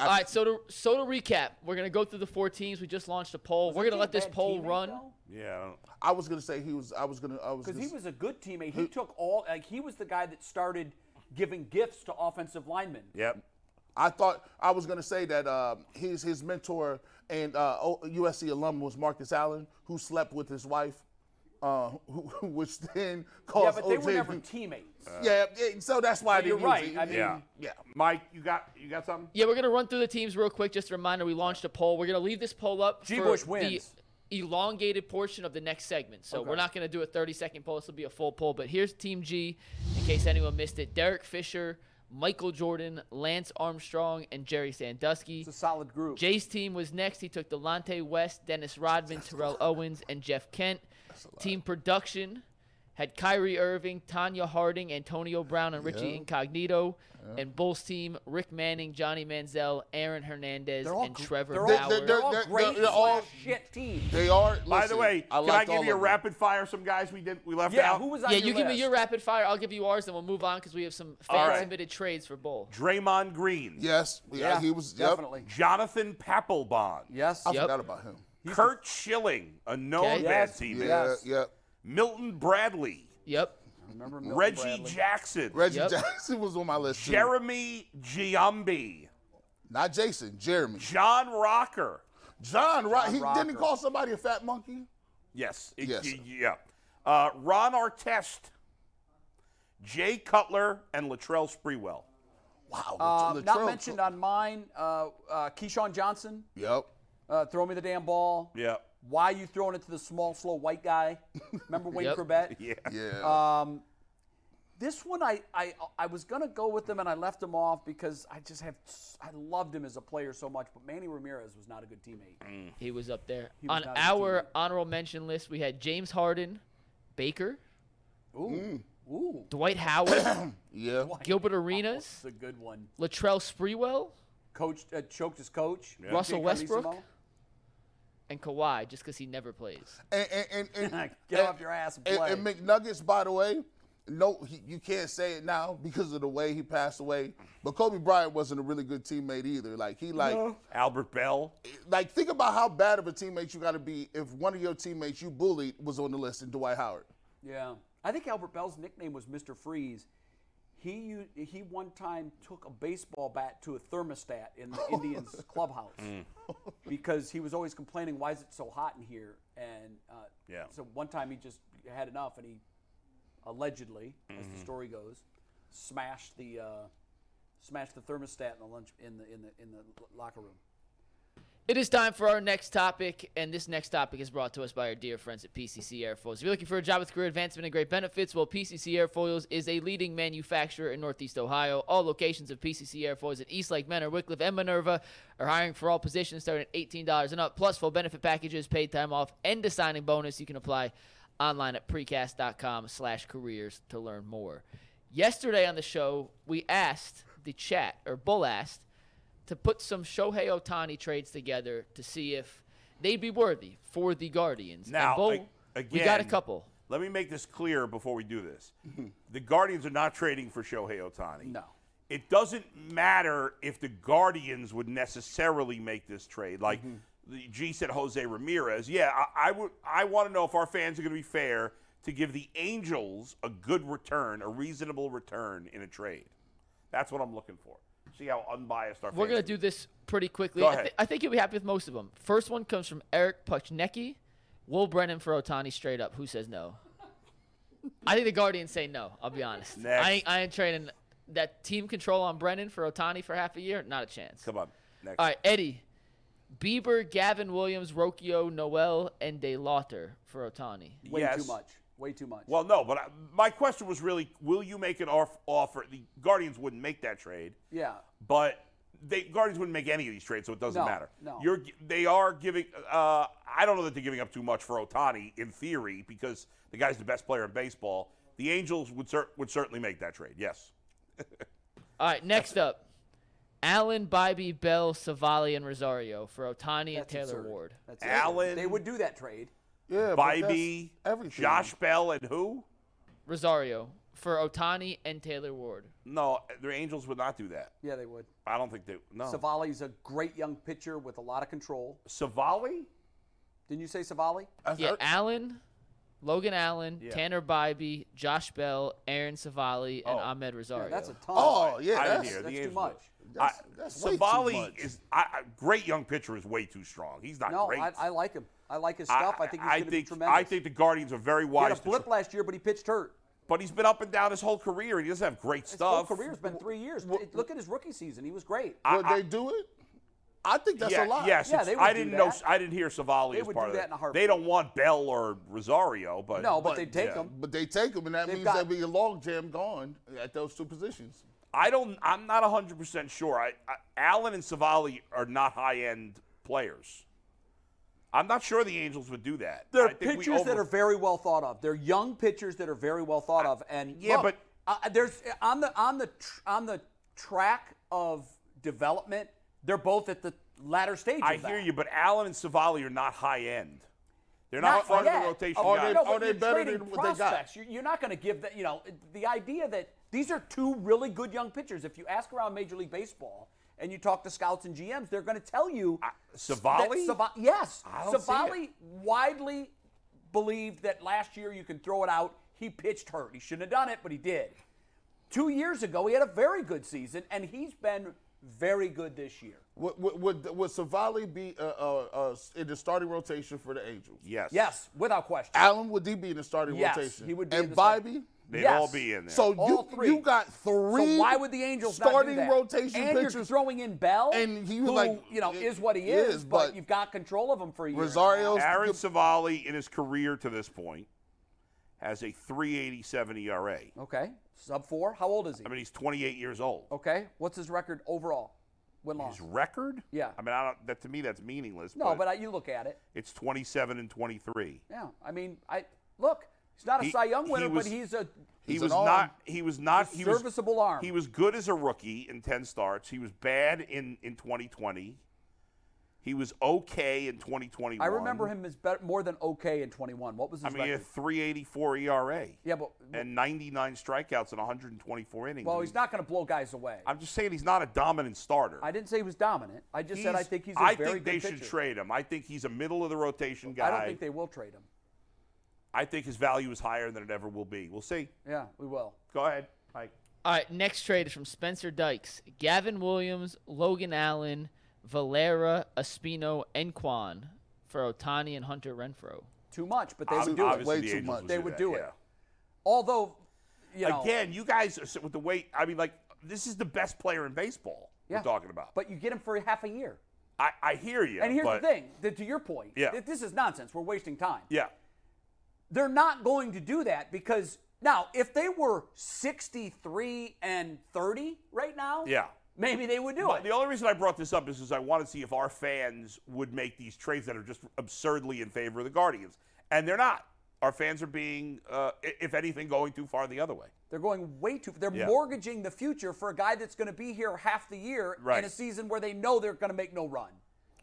All right, so to so to recap, we're gonna go through the four teams. We just launched a poll. we're gonna let this poll run.
Yeah. I don't-
I was gonna say he was. I was gonna. I was.
because
gonna
he
say-
was a good teammate. He took all. Like he was the guy that started giving gifts to offensive linemen.
Yep.
I thought I was going to say that um, his his mentor and uh, O- USC alum was Marcus Allen, who slept with his wife, uh, who, who- which then
Yeah,
caused
but they
OJ.
were never
to-
teammates.
yeah, yeah, so that's why I
But you're
didn't
right.
use it.
I mean,
Yeah.
yeah.
Mike, you got you got something?
Yeah, we're gonna run through the teams real quick. Just a reminder, we launched a poll. We're gonna leave this poll up
G.
for
Bush wins.
the elongated portion of the next segment. So we're not gonna do a 30 second poll. This will be a full poll. But here's Team G, in case anyone missed it: Derek Fisher, Michael Jordan, Lance Armstrong, and Jerry Sandusky.
it's a solid group.
Jay's team was next. He took Delonte West, Dennis Rodman, Terrell Owens, and Jeff Kent. Team production had Kyrie Irving, Tanya Harding, Antonio Brown, and Richie Incognito. And Bulls team, Rick Manning, Johnny Manziel, Aaron Hernandez,
they're all
and
gr-
Trevor
They're all,
Bauer.
They're-
they're,
they're-
all
they're-
great.
they're all-
slash shit team.
They are.
By the
listen,
way,
I
can I
liked all
give you a
of them.
rapid fire? Some guys we did we left
Yeah,
out.
who was on
yeah,
your
you give me
list?
your rapid fire. I'll give you ours, and we'll move on because we have some
All
fan
right.
submitted trades for Bull.
Draymond Green,
Yes. Yeah.
Yeah,
He was. Yep.
definitely.
Jonathan Papelbon,
Yes.
I
Yep.
forgot about him.
Kurt Schilling, a known
Okay.
bad
Yes.
teammate,
Yeah.
Yes.
Yeah.
Milton Bradley,
Yep.
Remember Milton
Reggie
Bradley?
Jackson,
Reggie
Yep.
Jackson was on my list too.
Jeremy Giambi,
Not Jason, Jeremy.
John Rocker.
John, right? He
Rocker.
didn't he call somebody a fat monkey.
Yes. it-
Yes,
y-
sir.
Yeah. Uh, Ron Artest, Jay Cutler, and Latrell Sprewell.
Wow.
Uh,
Latrell-
not mentioned on mine. Uh, uh, Keyshawn Johnson,
Yep.
uh, throw me the damn ball.
Yeah.
Why you throwing it to the small, slow white guy? Remember Wayne
Yep.
(laughs) Corbett?
Yeah.
Yeah.
Uh, Um, This one, I, I I was gonna go with him and I left him off because I just have I loved him as a player so much, but Manny Ramirez was not a good teammate.
He was up there.
was
On
not a good
our
teammate.
honorable mention list, we had James Harden, Baker,
Ooh, ooh,
Dwight Howard, (coughs)
yeah.
Gilbert
it's
Arenas,
a good one.
Latrell Sprewell,
Coach uh, choked his coach.
Russell
Jake
Westbrook?
Carlissimo.
and Kawhi, just because he never plays.
And and and, and
(laughs) Get
and-
off your ass and
and,
play.
and McNuggets, by the way, no, he, you can't say it now because of the way he passed away. But Kobe Bryant wasn't a really good teammate either. Like he like
Albert Bell.
like think about how bad of a teammate you got to be if one of your teammates you bullied was on the list and Dwight Howard.
Yeah, I think Albert Bell's nickname was Mr. Freeze. He u- he one time took a baseball bat to a thermostat in
(laughs)
the Indians clubhouse
Mm.
because he was always complaining, "Why is it so hot in here?" And uh,
Yeah.
so one time he just had enough, and he allegedly, as
Mm-hmm.
the story goes, smashed the uh, smashed the thermostat in the lunch in the in the in the lo- locker room.
It is time for our next topic, and this next topic is brought to us by our dear friends at PCC Airfoils. If you're looking for a job with career advancement and great benefits, well, PCC Airfoils is a leading manufacturer in Northeast Ohio. All locations of PCC Airfoils at Eastlake, Menor, Wickliffe, and Minerva are hiring for all positions starting at $18 and up, plus full benefit packages, paid time off, and a signing bonus. You can apply online at precast.com slash careers to learn more. Yesterday on the show, we asked the chat, or Bull asked, to put some Shohei Otani trades together to see if they'd be worthy for the Guardians. And
Now,
Bo,
a- again,
we got a couple.
Let me make this clear before we do this. the Guardians are not trading for Shohei Otani.
No.
It doesn't matter if the Guardians would necessarily make this trade. Like the G said, Jose Ramirez. Yeah, I, I would. I want to know if our fans are going to be fair to give the Angels a good return, a reasonable return in a trade. That's what I'm looking for. See how unbiased our.
We're
fans
going to do this pretty quickly.
Go
I,
ahead.
thi- I think you'll be happy with most of them. First one comes from Eric Puchnecki. Will Brennan for Otani straight up? Who says no? I think the Guardians say no. I'll be honest.
Next.
I ain't, I ain't trading that team control on Brennan for Otani for half a year. Not a chance.
Come on. Next.
All right, Eddie. Bieber, Gavin Williams, Rocchio, Noel, and De Lauter for Otani.
Way
Yes.
too much. Way too much.
Well, no, but I, my question was really, will you make an off- offer? The Guardians wouldn't make that trade,
yeah.
but they Guardians wouldn't make any of these trades, so it doesn't
No,
matter.
no.
You're gi- they are giving. Uh, I don't know that they're giving up too much for Otani in theory because the guy's the best player in baseball. The Angels would cer- would certainly make that trade. Yes.
All right, next up, Allen, Bybee, Bell, Savali, and Rosario for Otani and
That's
Taylor
absurd.
Ward.
That's it.
Allen-
They would do that trade.
Yeah, but that's
Bybee,
everything.
Josh Bell, and who?
Rosario for Otani and Taylor Ward.
No, the Angels would not do that.
Yeah, they would.
I don't think they. No.
Savali's a great young pitcher with a lot of control.
Savali?
Didn't you say Savali?
Uh,
That's
Yeah,
er-
Allen, Logan Allen, Tanner Bybee, Josh Bell, Aaron Savali, and Ahmed Rosario.
Oh. That's a ton.
oh yeah,
I didn't
that's,
hear. The
that's too
Angels
much.
would. I-
That's- that's way too much.
Savali is I, I, great young pitcher is way too strong. He's not
No,
great.
I, I like him. I like his stuff. I, think he's
I
going to be
think-
tremendous.
I think the Guardians are very
he had a
wise. to
blip
tr-
last year, but he pitched hurt.
but he's been up and down his whole career, and he doesn't have great stuff.
His whole career's been three years. Look at his rookie season; he was great.
Would they do it? I think that's
yeah,
a lot.
Yes,
Yeah,
it's-
they would
I
do
didn't know.
that.
I didn't hear Savali
They
as
would
part
do
of
that
it.
in a heartbeat.
They don't want Bell or Rosario, but
no, but, they take
yeah.
him.
But they take him, and that
They've
means
got-
there'll be a log jam gone at those two positions.
I don't. I'm not 100 percent sure. I, I, Allen and Savali are not high end players. I'm not sure the Angels would do that. I
They're
think we
pitchers that
over-
are very well thought of. They're young pitchers that are very well thought of. And
Yeah,
look,
but-
uh, there's on the on the tr- on the track of development. They're both at the latter stage.
I
of that.
hear you, but Allen and Savali are not high end. They're
Not
not, front of
yet. Oh,
the rotation
Are
guys.
they-
No,
are
but
they
you're
better
trading
than what they got?
prospects. You're, you're not going to give that. You know, the idea that these are two really good young pitchers. If you ask around Major League Baseball and you talk to scouts and GMs, they're going to tell you. that
Savali?
Sava- yes,
don't see
Savali widely believed that last year you can throw it out. He pitched hurt. He shouldn't have done it, but he did. Two years ago, he had a very good season, and he's been very good this year.
Would would would, would Savali be uh, uh, uh, in the starting rotation for the Angels?
Yes.
Yes, without question.
Allen would he be in the starting
Yes,
rotation?
he would be
And
in the starting-
Bybee.
They'd
Yes.
all be in there.
So
All
you
three.
you got three.
So why would the Angels
starting
not do that?
rotation
and you're
pitchers?
throwing in Bell,
And he was
who,
like-
you know,
it-
is what he
it
is,
is,
but,
but
you've got control of him for a year.
Rosario's
Aaron Savali in his career to this point has a 387 ERA.
Okay, sub four. How old is he?
I mean, he's 28 years old.
okay, what's his record overall? Win loss.
His record?
Yeah.
I mean, I don't, that to me that's meaningless.
No, but I, you look at it.
it's 27 and 23.
Yeah, I mean, I look. He's not a
He-
Cy Young
he
winner,
was-
but he's a
He
He's
was
an arm.
not. He was not.
He's a
He was,
serviceable arm.
He was good as a rookie in 10 starts. He was bad in in 2020. He was okay in 2021.
I remember him as better, more than okay in 21. What was
I
his
mean, he had
record?
a 384 ERA
Yeah, but
and 99 strikeouts in 124 innings.
well,
I
he's
mean,
not going to blow guys away.
I'm just saying he's not a dominant starter.
I didn't say he was dominant. I just said I think he's a
I
very
think
good
they
pitcher.
should trade him. I think he's a middle of the rotation guy.
I don't think they will trade him.
I think his value is higher than it ever will be. We'll see.
Yeah, we will.
Go ahead, Mike.
All right, next trade is from Spencer Dykes. Gavin Williams, Logan Allen, Valera, Espino, and Quan for Otani and Hunter Renfro.
Too much, but they
Ob-
would do it.
obviously
Way
the
too
Angels
much.
will
They
do
would
that,
do it.
yeah.
Although, you know,
Again, you guys are, with the way I mean, like this is the best player in baseball.
Yeah.
We're talking about.
but you get him for half a year.
I, I hear you.
And here's
but,
the thing, th- to your point,
Yeah.
th- this is nonsense. We're wasting time.
Yeah,
They're not going to do that because now, if they were 63 and 30 right now,
yeah.
maybe they would do
But
it.
the only reason I brought this up is because I want to see if our fans would make these trades that are just absurdly in favor of the Guardians, and they're not. Our fans are being, uh, i- if anything, going too far the other way.
They're going way too. They're
Yeah.
mortgaging the future for a guy that's going to be here half the year in
Right.
a season where they know they're going to make no run.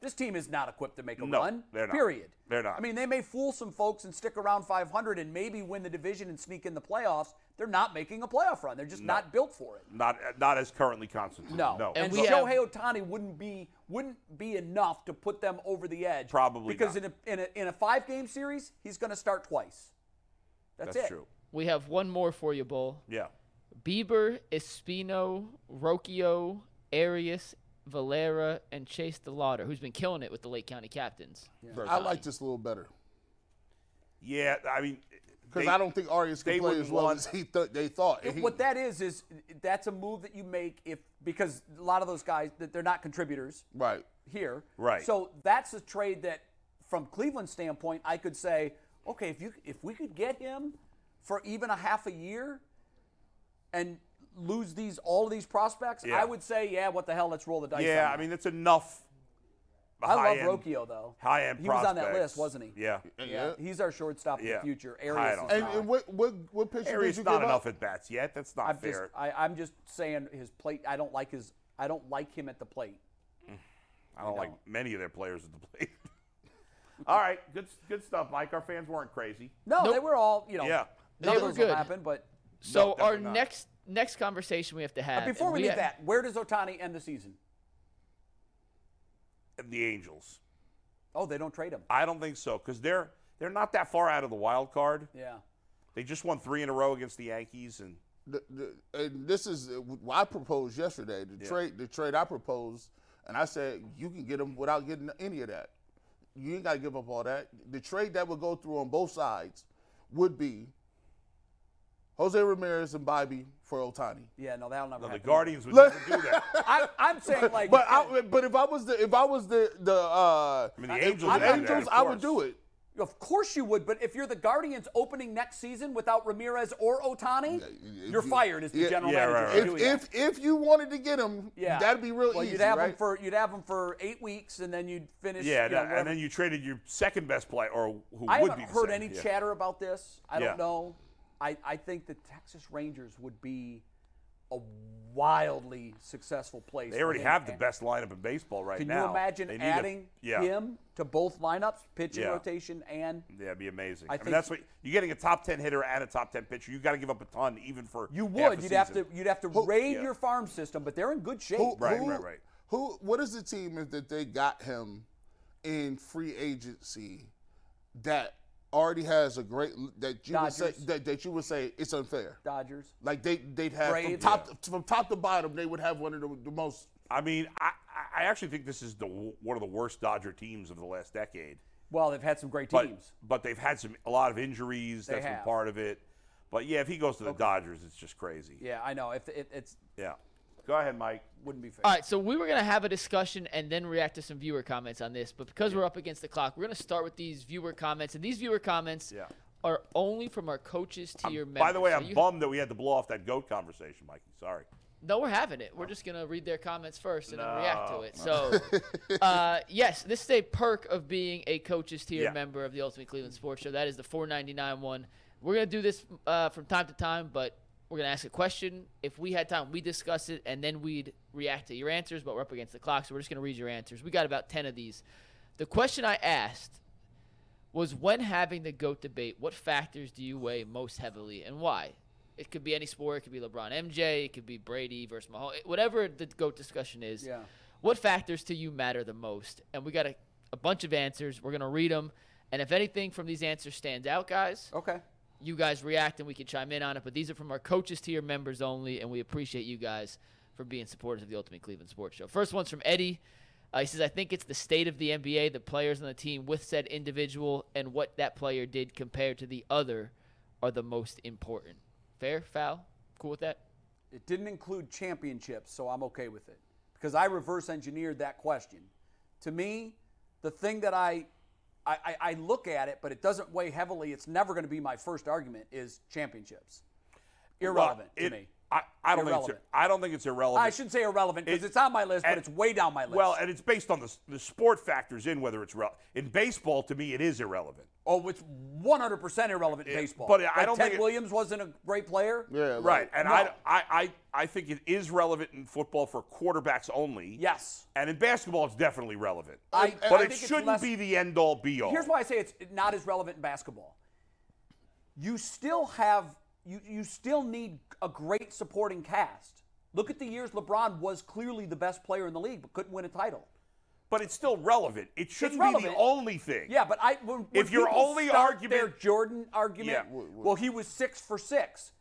This team is not equipped to make a
No,
run.
they're not.
Period.
They're not.
I mean, they may fool some folks and stick around 500 and maybe win the division and sneak in the playoffs. They're not making a playoff run. They're just not built for it.
Not, not as currently constituted.
No.
no.
And,
And
so
we have-
Shohei Otani wouldn't be wouldn't be enough to put them over the edge.
Probably
because
not.
in a in a, in a five game series, he's going to start twice. That's,
that's
it.
true.
We have one more for you, Bull.
Yeah.
Bieber, Espino, Rocchio, Arias, Valera, and Chase DeLauder, who's been killing it with the Lake County Captains.
I like this a little better
Yeah, I mean,
because
they-
I don't think Arias
they
can play
wouldn't
as well
want-
as he th- they thought.
It-
He-
what that is is that's a move that you make if because a lot of those guys that they're not contributors
right.
here.
Right.
So that's a trade that, from Cleveland's standpoint, I could say, okay, if you if we could get him for even a half a year, and lose these all of these prospects,
Yeah.
I would say, yeah, what the hell? Let's roll the dice.
Yeah,
on
I
that.
mean, that's enough.
I love
high-end-
Rocchio though.
High-end
He was on that
prospects.
list, wasn't he?
Yeah.
Yeah. He's our shortstop in the
Yeah.
future.
High
Arias
on
is
that.
And,
not.
and what what what pitcher
Harry's
did you
not
give
enough
up?
at bats yet. That's not
I'm
fair.
just, I, I'm just saying his plate. I don't like his. I don't like him at the plate.
I don't like many of their players at the plate. (laughs) All right, good good stuff, Mike. Our fans weren't crazy.
No, they were all, you know,
Yeah.
none
They
of
were
those will
good.
happen. But
So our
definitely not.
next next conversation we have to have. and
before we leave
have-
that, where does Otani end the season?
The Angels.
Oh, they don't trade him.
I don't think so because they're they're not that far out of the wild card.
Yeah.
They just won three in a row against the Yankees, and
the, the, and this is what I proposed yesterday. The trade, the trade I proposed, and I said you can get them without getting any of that. You ain't got to give up all that. The trade that would go through on both sides would be Jose Ramirez and Bobby for Otani.
Yeah, no, that'll never
the
happen.
Guardians would never do that.
I, I'm saying,
(laughs)
like,
But I, but if I was the if I was the the
(laughs)
uh,
I mean, the Angels.
I'm
would do
the
that,
not-
Angels,
of
I
course.
would do it.
of course you would. But if you're the Guardians opening next season without Ramirez or Otani, you're
you-
fired as the
yeah,
general
yeah,
manager.
right,
for
right.
doing that.
If if you wanted to get him,
yeah,
that'd be real
well,
easy,
you'd have
right?
him for you'd have him for eight weeks, and then you'd finish.
Yeah,
you know,
no, and
whatever.
then you traded your second best player, or who
I
would
haven't
be the
heard
second,
any
yeah.
chatter about this. I
Yeah.
don't know. I, I think the Texas Rangers would be a wildly successful place.
They
for
already
him.
have the best lineup in baseball right
Can
now.
you
They
imagine
need to-
adding
yeah.
him to both lineups, pitching
Yeah.
rotation, and
Yeah, it'd be amazing.
I
I,
think-
mean, that's what you're getting a top ten hitter and a top ten pitcher. You got to give up a ton, even for
you
half
would
a
you'd have to
season.
you'd have to raid
yeah.
your farm system, but they're in good shape.
Who-
Right,
who-
right, right.
Who? What is the team that they got him in free agency that already has a great that you would say
Dodgers.
that, that you would say it's unfair.
Dodgers.
Like they they'd have from
Braves.
top from top to bottom they would have one of the, the most.
I mean, I, I- I actually think this is the w- one of the worst Dodger teams of the last decade.
Well, they've had some great
But
teams.
but they've had some a lot of injuries.
They
That's been
have.
part of it. But yeah, if he goes to the Dodgers, it's just crazy.
yeah, I know. If it, it's
Yeah. Go ahead, Mike.
wouldn't be fair.
All right, so we were going to have a discussion and then react to some viewer comments on this, but because we're up against the clock, we're going to start with these viewer comments. And these viewer comments
Yeah. Um,
are only from our coaches to your members.
By the way,
So
I'm
you-
bummed that we had to blow off that goat conversation, Mikey. Sorry.
No, we're having it. We're just gonna read their comments first and then react to it. So, uh, yes, this is a perk of being a coaches tier
Yeah.
member of the Ultimate Cleveland Sports Show. That is the 4.99 one. We're gonna do this uh, from time to time, but we're gonna ask a question. If we had time, we discuss it and then we'd react to your answers. But we're up against the clock, so we're just gonna read your answers. We got about 10 of these. The question I asked was when having the GOAT debate, what factors do you weigh most heavily and why? It could be any sport. It could be LeBron MJ. It could be Brady versus Mahomes. Whatever the GOAT discussion is,
Yeah.
what factors to you matter the most? And we got a, a bunch of answers. We're going to read them. And if anything from these answers stands out, guys,
okay.
you guys react and we can chime in on it. But these are from our coaches tier members only, and we appreciate you guys for being supporters of the Ultimate Cleveland Sports Show. First one's from Eddie. Uh, he says, I think it's the state of the NBA, the players on the team with said individual, and what that player did compared to the other are the most important. Fair? Foul? Cool with that?
It didn't include championships, so I'm okay with it because I reverse engineered that question. To me, the thing that I I, I, I look at it, but it doesn't weigh heavily. It's never going to be my first argument. Is championships irrelevant
Well, it-
to me?
I, I don't think
Irrelevant.
it's I don't think it's irrelevant.
I shouldn't say irrelevant because
It-
it's on my list, but
and-
it's way down my list.
Well, and it's based on the s- the sport factors in whether it's relevant. In baseball, to me, it is irrelevant.
oh, it's 100% irrelevant in
Yeah,
baseball.
but I
That
don't
Ted
think it-
Williams wasn't a great player.
Yeah, like-
Right, and I,
No.
I, I, I think it is relevant in football for quarterbacks only.
Yes.
And in basketball, it's definitely relevant.
I-
but
I
it
think it's
shouldn't
less-
be the end all be all.
Here's why I say it's not as relevant in basketball. You still have you you still need a great supporting cast. Look at the years LeBron was clearly the best player in the league but couldn't win a title.
But it's still relevant. It shouldn't be
relevant.
the only thing.
Yeah, but I when, when
If your
people
only
start
argument-
their Jordan argument,
Yeah. W-
well he was 6 for 6.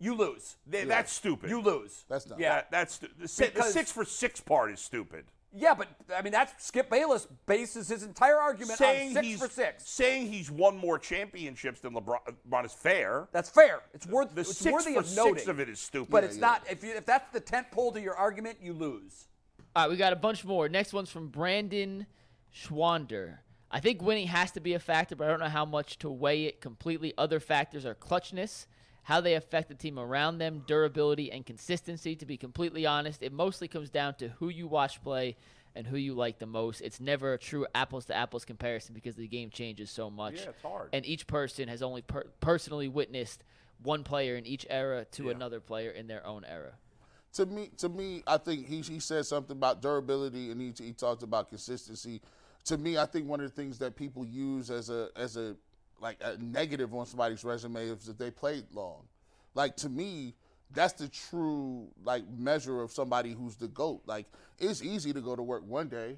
You lose.
Th- That's stupid.
You lose.
That's not-
Yeah.
That- that's stu- the, si- the
Because-
six for six part is stupid.
Yeah, but I mean that's Skip Bayless bases his entire argument on
Saying
6
he's
for 6.
saying he's won more championships than LeBron, LeBron is fair.
That's fair. It's worth
the
it's
six
worthy
for
of noting.
six of it is stupid.
But it's not if you, if that's the tent pole to your argument, you lose.
All right, we got a bunch more. Next one's from Brandon Schwander. I think winning has to be a factor, but I don't know how much to weigh it completely. Other factors are clutchness, how they affect the team around them, durability, and consistency. To be completely honest, it mostly comes down to who you watch play and who you like the most. It's never a true apples to apples comparison because the game changes so much.
Yeah, it's hard.
And each person has only per- personally witnessed one player in each era to another player in their own era.
To me, to me, I think he, he said something about durability and he, he talked about consistency. To me, I think one of the things that people use as a as a like a negative on somebody's resume is that they played long. Like to me, that's the true like measure of somebody who's the goat. Like it's easy to go to work one day,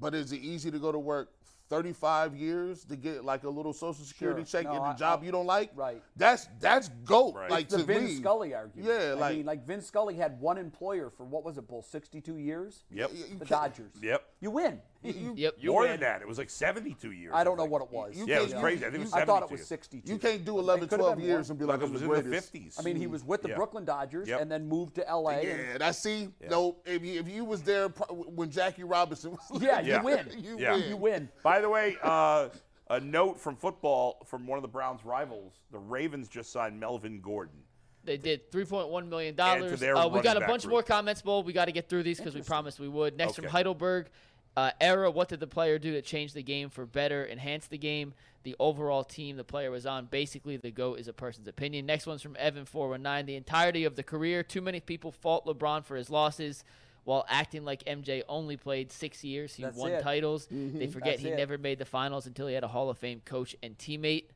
but is it easy to go to work 35 years to get like a little social security
Sure.
check
No,
in a
I-
job
I-
you don't like?
right.
That's that's goat.
Right.
Like
It's the
to
Vin
me.
Scully argument.
Yeah,
I
like-
mean, like Vin Scully had one employer for what was it, Bull? Sixty-two years.
Yep.
You- you
The
can't-
Dodgers.
Yep.
You win.
Yep.
More than that, it was like 72 years.
I don't know
think.
what it was.
you
Yeah, it was
can't-
crazy. I think it was
I thought it
72.
was sixty-two.
You can't do 11,
It could've
12
been
years
more.
and be
Like
like,
it
I'm
was
the
in the
greatest.
50s.
I mean, he was with the
Yeah.
Brooklyn Dodgers
Yep.
and then moved to LA.
Yeah,
and-
that's see. No, if you, if you was there pro- when Jackie Robinson was,
(laughs) yeah, you
Yeah. (laughs)
win.
(laughs) you
Yeah.
win.
You win.
By the way, uh, a note from football from one of the Browns' rivals: the Ravens just signed Melvin Gordon.
They did three point one million
Add to
dollars.
their
Uh, we got
running
a
back
bunch
group.
more comments, Bull. We got to get through these because we promised we would. Next from
Okay.
Heidelberg, uh, era. What did the player do to change the game for better, enhance the game, the overall team the player was on? Basically, the goat is a person's opinion. Next one's from Evan four one nine. The entirety of the career. Too many people fault LeBron for his losses. While acting like MJ only played six years, he
That's
won
it. Mm-hmm.
titles. They forget
That's
he
it.
never made the finals until he had a Hall of Fame coach and teammate.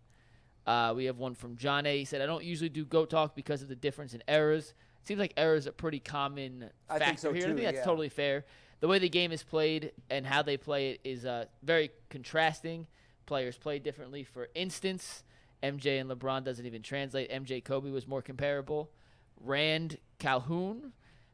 Uh, we have one from John A. He said, I don't usually do goat talk because of the difference in errors. It seems like errors are pretty common
I
factor
think so
here. I
too,
think that's
yeah.
totally fair. The way the game is played and how they play it is uh, very contrasting. players play differently. For instance, MJ and LeBron doesn't even translate. MJ Kobe was more comparable. Rand Calhoun.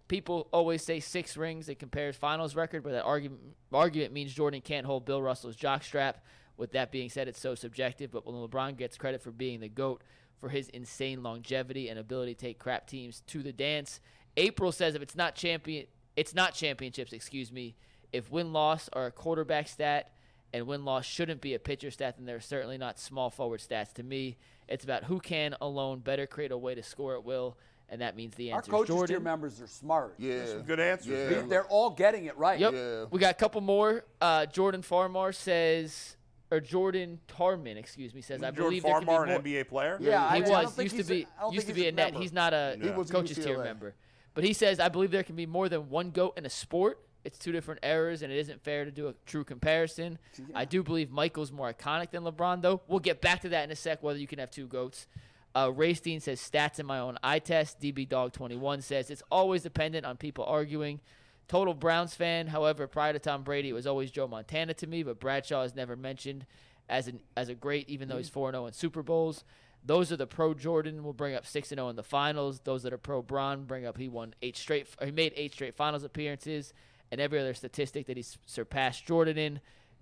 People always say six rings. It compares finals record, but that argument argument means Jordan can't hold Bill Russell's jockstrap. With that being said, it's so subjective. But when LeBron gets credit for being the goat for his insane longevity and ability to take crap teams to the dance, April says if it's not champion, it's not championships. Excuse me. If win loss are a quarterback stat, and win loss shouldn't be a pitcher stat, and they're certainly not small forward stats. To me, it's about who can alone better create a way to score at will, and that means the
Our
answer is
coaches,
Jordan.
dear members, are smart.
Yeah.
Good answer.
Yeah.
there.
They're all getting it right.
Yep.
Yeah.
We got a couple more. Uh, Jordan Farmar says, or Jordan Tarman, excuse me, says, I
Jordan
believe
Farmar,
there
an
can be more.
NBA player.
Yeah, I,
He
I don't
was
think
used to
he's
be
I don't
used to
think
be a net.
member.
He's not a
He was
coaches tier
UCLA.
member, but he says, I believe there can be more than one goat in a sport. It's two different eras, and it isn't fair to do a true comparison. I do believe Michael's more iconic than LeBron, though. We'll get back to that in a sec. Whether you can have two goats. Uh, Racine says stats in my own eye test. DB Dog 21 says it's always dependent on people arguing. Total Browns fan. However, prior to Tom Brady, it was always Joe Montana to me, but Bradshaw is never mentioned as an as a great, even though he's
Mm.
4 0 in Super Bowls. Those are the pro Jordan will bring up 6 0 in the finals. Those that are pro Bron bring up he won eight straight, or he made eight straight finals appearances, and every other statistic that he's surpassed Jordan in.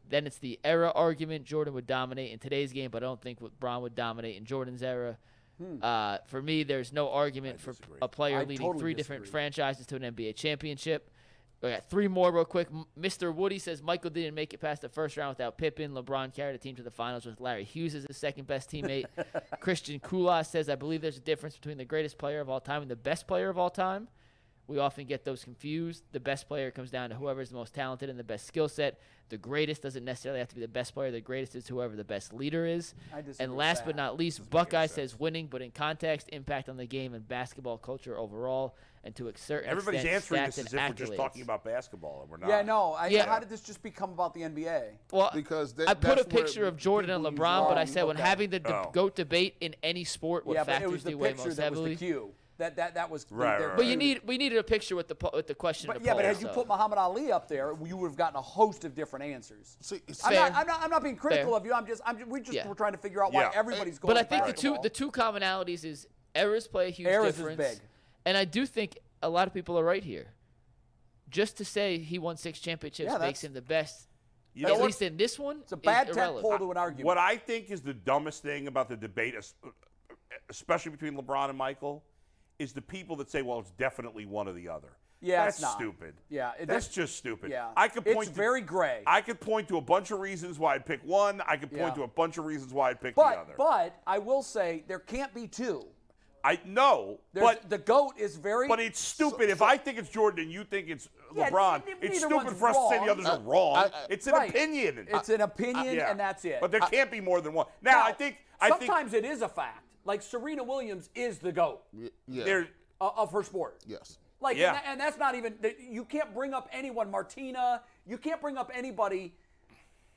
Then it's the era argument. Jordan would dominate in today's game, but I don't think what Bron would dominate in Jordan's era. Uh, for me, there's no argument for a player
Hmm. I
leading
totally
three different
disagree.
franchises to an NBA championship. We got three more real quick. M- Mr. Woody says Michael didn't make it past the first round without Pippen. LeBron carried a team to the finals with Larry Hughes as his second best
(laughs)
teammate. Christian Kula says, I believe there's a difference between the greatest player of all time and the best player of all time. We often get those confused. The best player comes down to whoever's the most talented and the best skill set. The greatest doesn't necessarily have to be the best player. The greatest is whoever the best leader is.
I disagree
and
with
last but
that.
not least, Buckeye says winning, but in context, impact on the game and basketball culture overall, and to a certain
Everybody's
extent,
answering
stats
this as
and
if we're just
accolades.
talking about basketball, and we're not.
Yeah, no. I,
Yeah.
How did this just become about the NBA?
Well,
Because that-
I put a
that's where
picture of Jordan and
people use
LeBron, but I
wrong-
said when
okay.
having the de-
Oh.
goat debate in any sport, what
yeah, but
factors
it was the
do weigh
picture
most
that was
heavily?
the cue. That that that was. the-
Right,
their
right,
but you
cue.
need we needed a picture with the po- with the question.
But
to
yeah, but
poll,
had you
so.
put Muhammad Ali up there, you would have gotten a host of different answers.
See, it's-
I'm not,
Fair.
I'm not. I'm not being critical
Fair.
of you. I'm just. I'm. Just, we just
Yeah.
we're trying to figure out why
Yeah.
everybody's going.
But I
to
think the two
basketball.
the two commonalities is errors play a huge
Errors is
difference.
big.
And I do think a lot of people are right here. Just to say he won six championships
Yeah,
makes
that's-
him the best,
You know
at
what?
least in this one.
It's a bad
is
tech
irrelevant.
pole to an argument.
What I think is the dumbest thing about the debate, es- especially between LeBron and Michael, is the people that say, "Well, it's definitely one or the other."
Yeah,
that's
it's not.
stupid.
Yeah, it-
that's
that's-
just stupid.
yeah,
I could
It's
point. to,
very gray.
I could point to a bunch of reasons why I'd pick one. I could point
Yeah.
to a bunch of reasons why I'd pick the
but
other.
but I will say there can't be two.
I no,
There's,
but
the goat is very.
but it's stupid. if I think it's Jordan and you think it's uh,
Yeah,
LeBron,
n- n-
it's
neither
stupid
one's
for us to say
wrong.
the others are wrong.
Uh, I- I-
it's an
right.
opinion. Uh,
It's an opinion,
Yeah.
and that's it.
But there can't be more than one. Now, I
Now,
think I think
sometimes it is a fact. Like Serena Williams is the goat
yeah.
there.
uh, of her sport.
yes.
Like,
Yeah.
and, that, and that's not even, that- you can't bring up anyone, Martina, you can't bring up anybody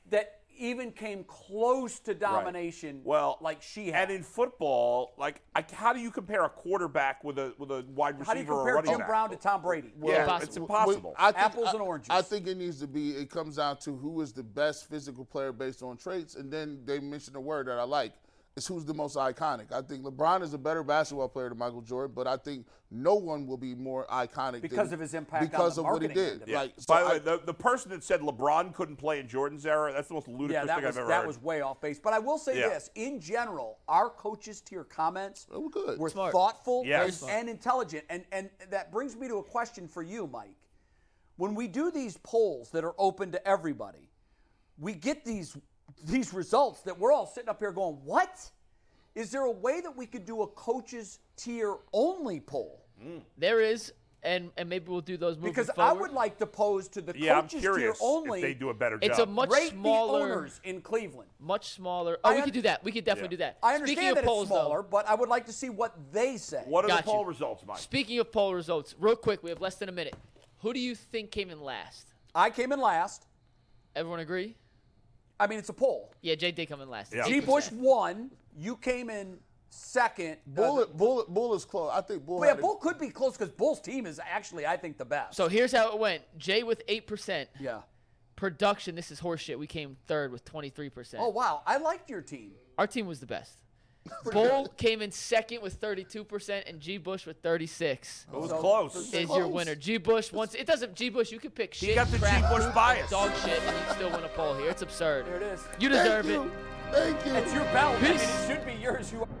that even came close to domination
Well,
like she had.
And in football, like, I, how do you compare a quarterback with a with a wide receiver
How do you
or a
compare
running
Jim
back?
Brown to Tom Brady?
yeah,
Impossible.
it's impossible.
I think-
Apples
I-
and oranges.
I think it needs to be. It comes down to who is the best physical player based on traits, and then they mentioned a word that I like. It's who's the most iconic. I think LeBron is a better basketball player than Michael Jordan, but I think no one will be more iconic
Because
than,
of his impact on
because
the
of what he
marketing
did.
end of it.
Yeah.
Like, so
By the
I-
way, the, the person that said LeBron couldn't play in Jordan's era, that's the most ludicrous
Yeah, that
thing
was,
I've ever
that
heard.
was way off base. But I will say
Yeah. Oh,
this: in general, our coaches to your comments
They were good.
were
Smart.
thoughtful
Yes. Very
and,
smart.
and intelligent. And and that brings me to a question for you, Mike. When we do these polls that are open to everybody, we get these these results that we're all sitting up here going, "What? Is there a way that we could do a coaches tier only poll?"
There is, and and maybe we'll do those moving
Because I
forward.
would like to pose to the
yeah, I'm
coaches tier
curious
only.
if they do a better
It's
job.
a much
rate the
smaller,
owners in Cleveland.
much smaller. Oh, we
un-
could do that. We could definitely
Yeah.
do that.
I
Speaking
understand
of
that
polls,
it's smaller,
Though,
but I would like to see what they say.
what are
Got
the poll
you.
results, Mike?
speaking of poll results, real quick, we have less than a minute. Who do you think came in last?
I came in last.
Everyone agree?
I mean, it's a poll.
Yeah, Jay did come in last.
Yeah.
G.
8%.
Bush won. You came in second.
Bull,
Uh,
Bull, Bull is close. I think Bull.
but yeah,
had a-
Bull could be close because Bull's team is actually, I think, the best.
So here's how it went: Jay with eight percent,
yeah,
Production, this is horseshit. We came third with 23%.
Oh wow, I liked your team.
Our team was the best. Bull came in second with 32% and G Bush with 36.
It was
So-
Oh, close.
Is your winner G Bush? Once it doesn't G Bush, you could pick shit.
got the G.
crap,
Bush bias.
dog shit, and you still win a poll here. It's absurd.
There it is.
You
Thank
deserve
you.
it.
Thank you.
It's your belt. I mean,
Peace.
it should be yours. You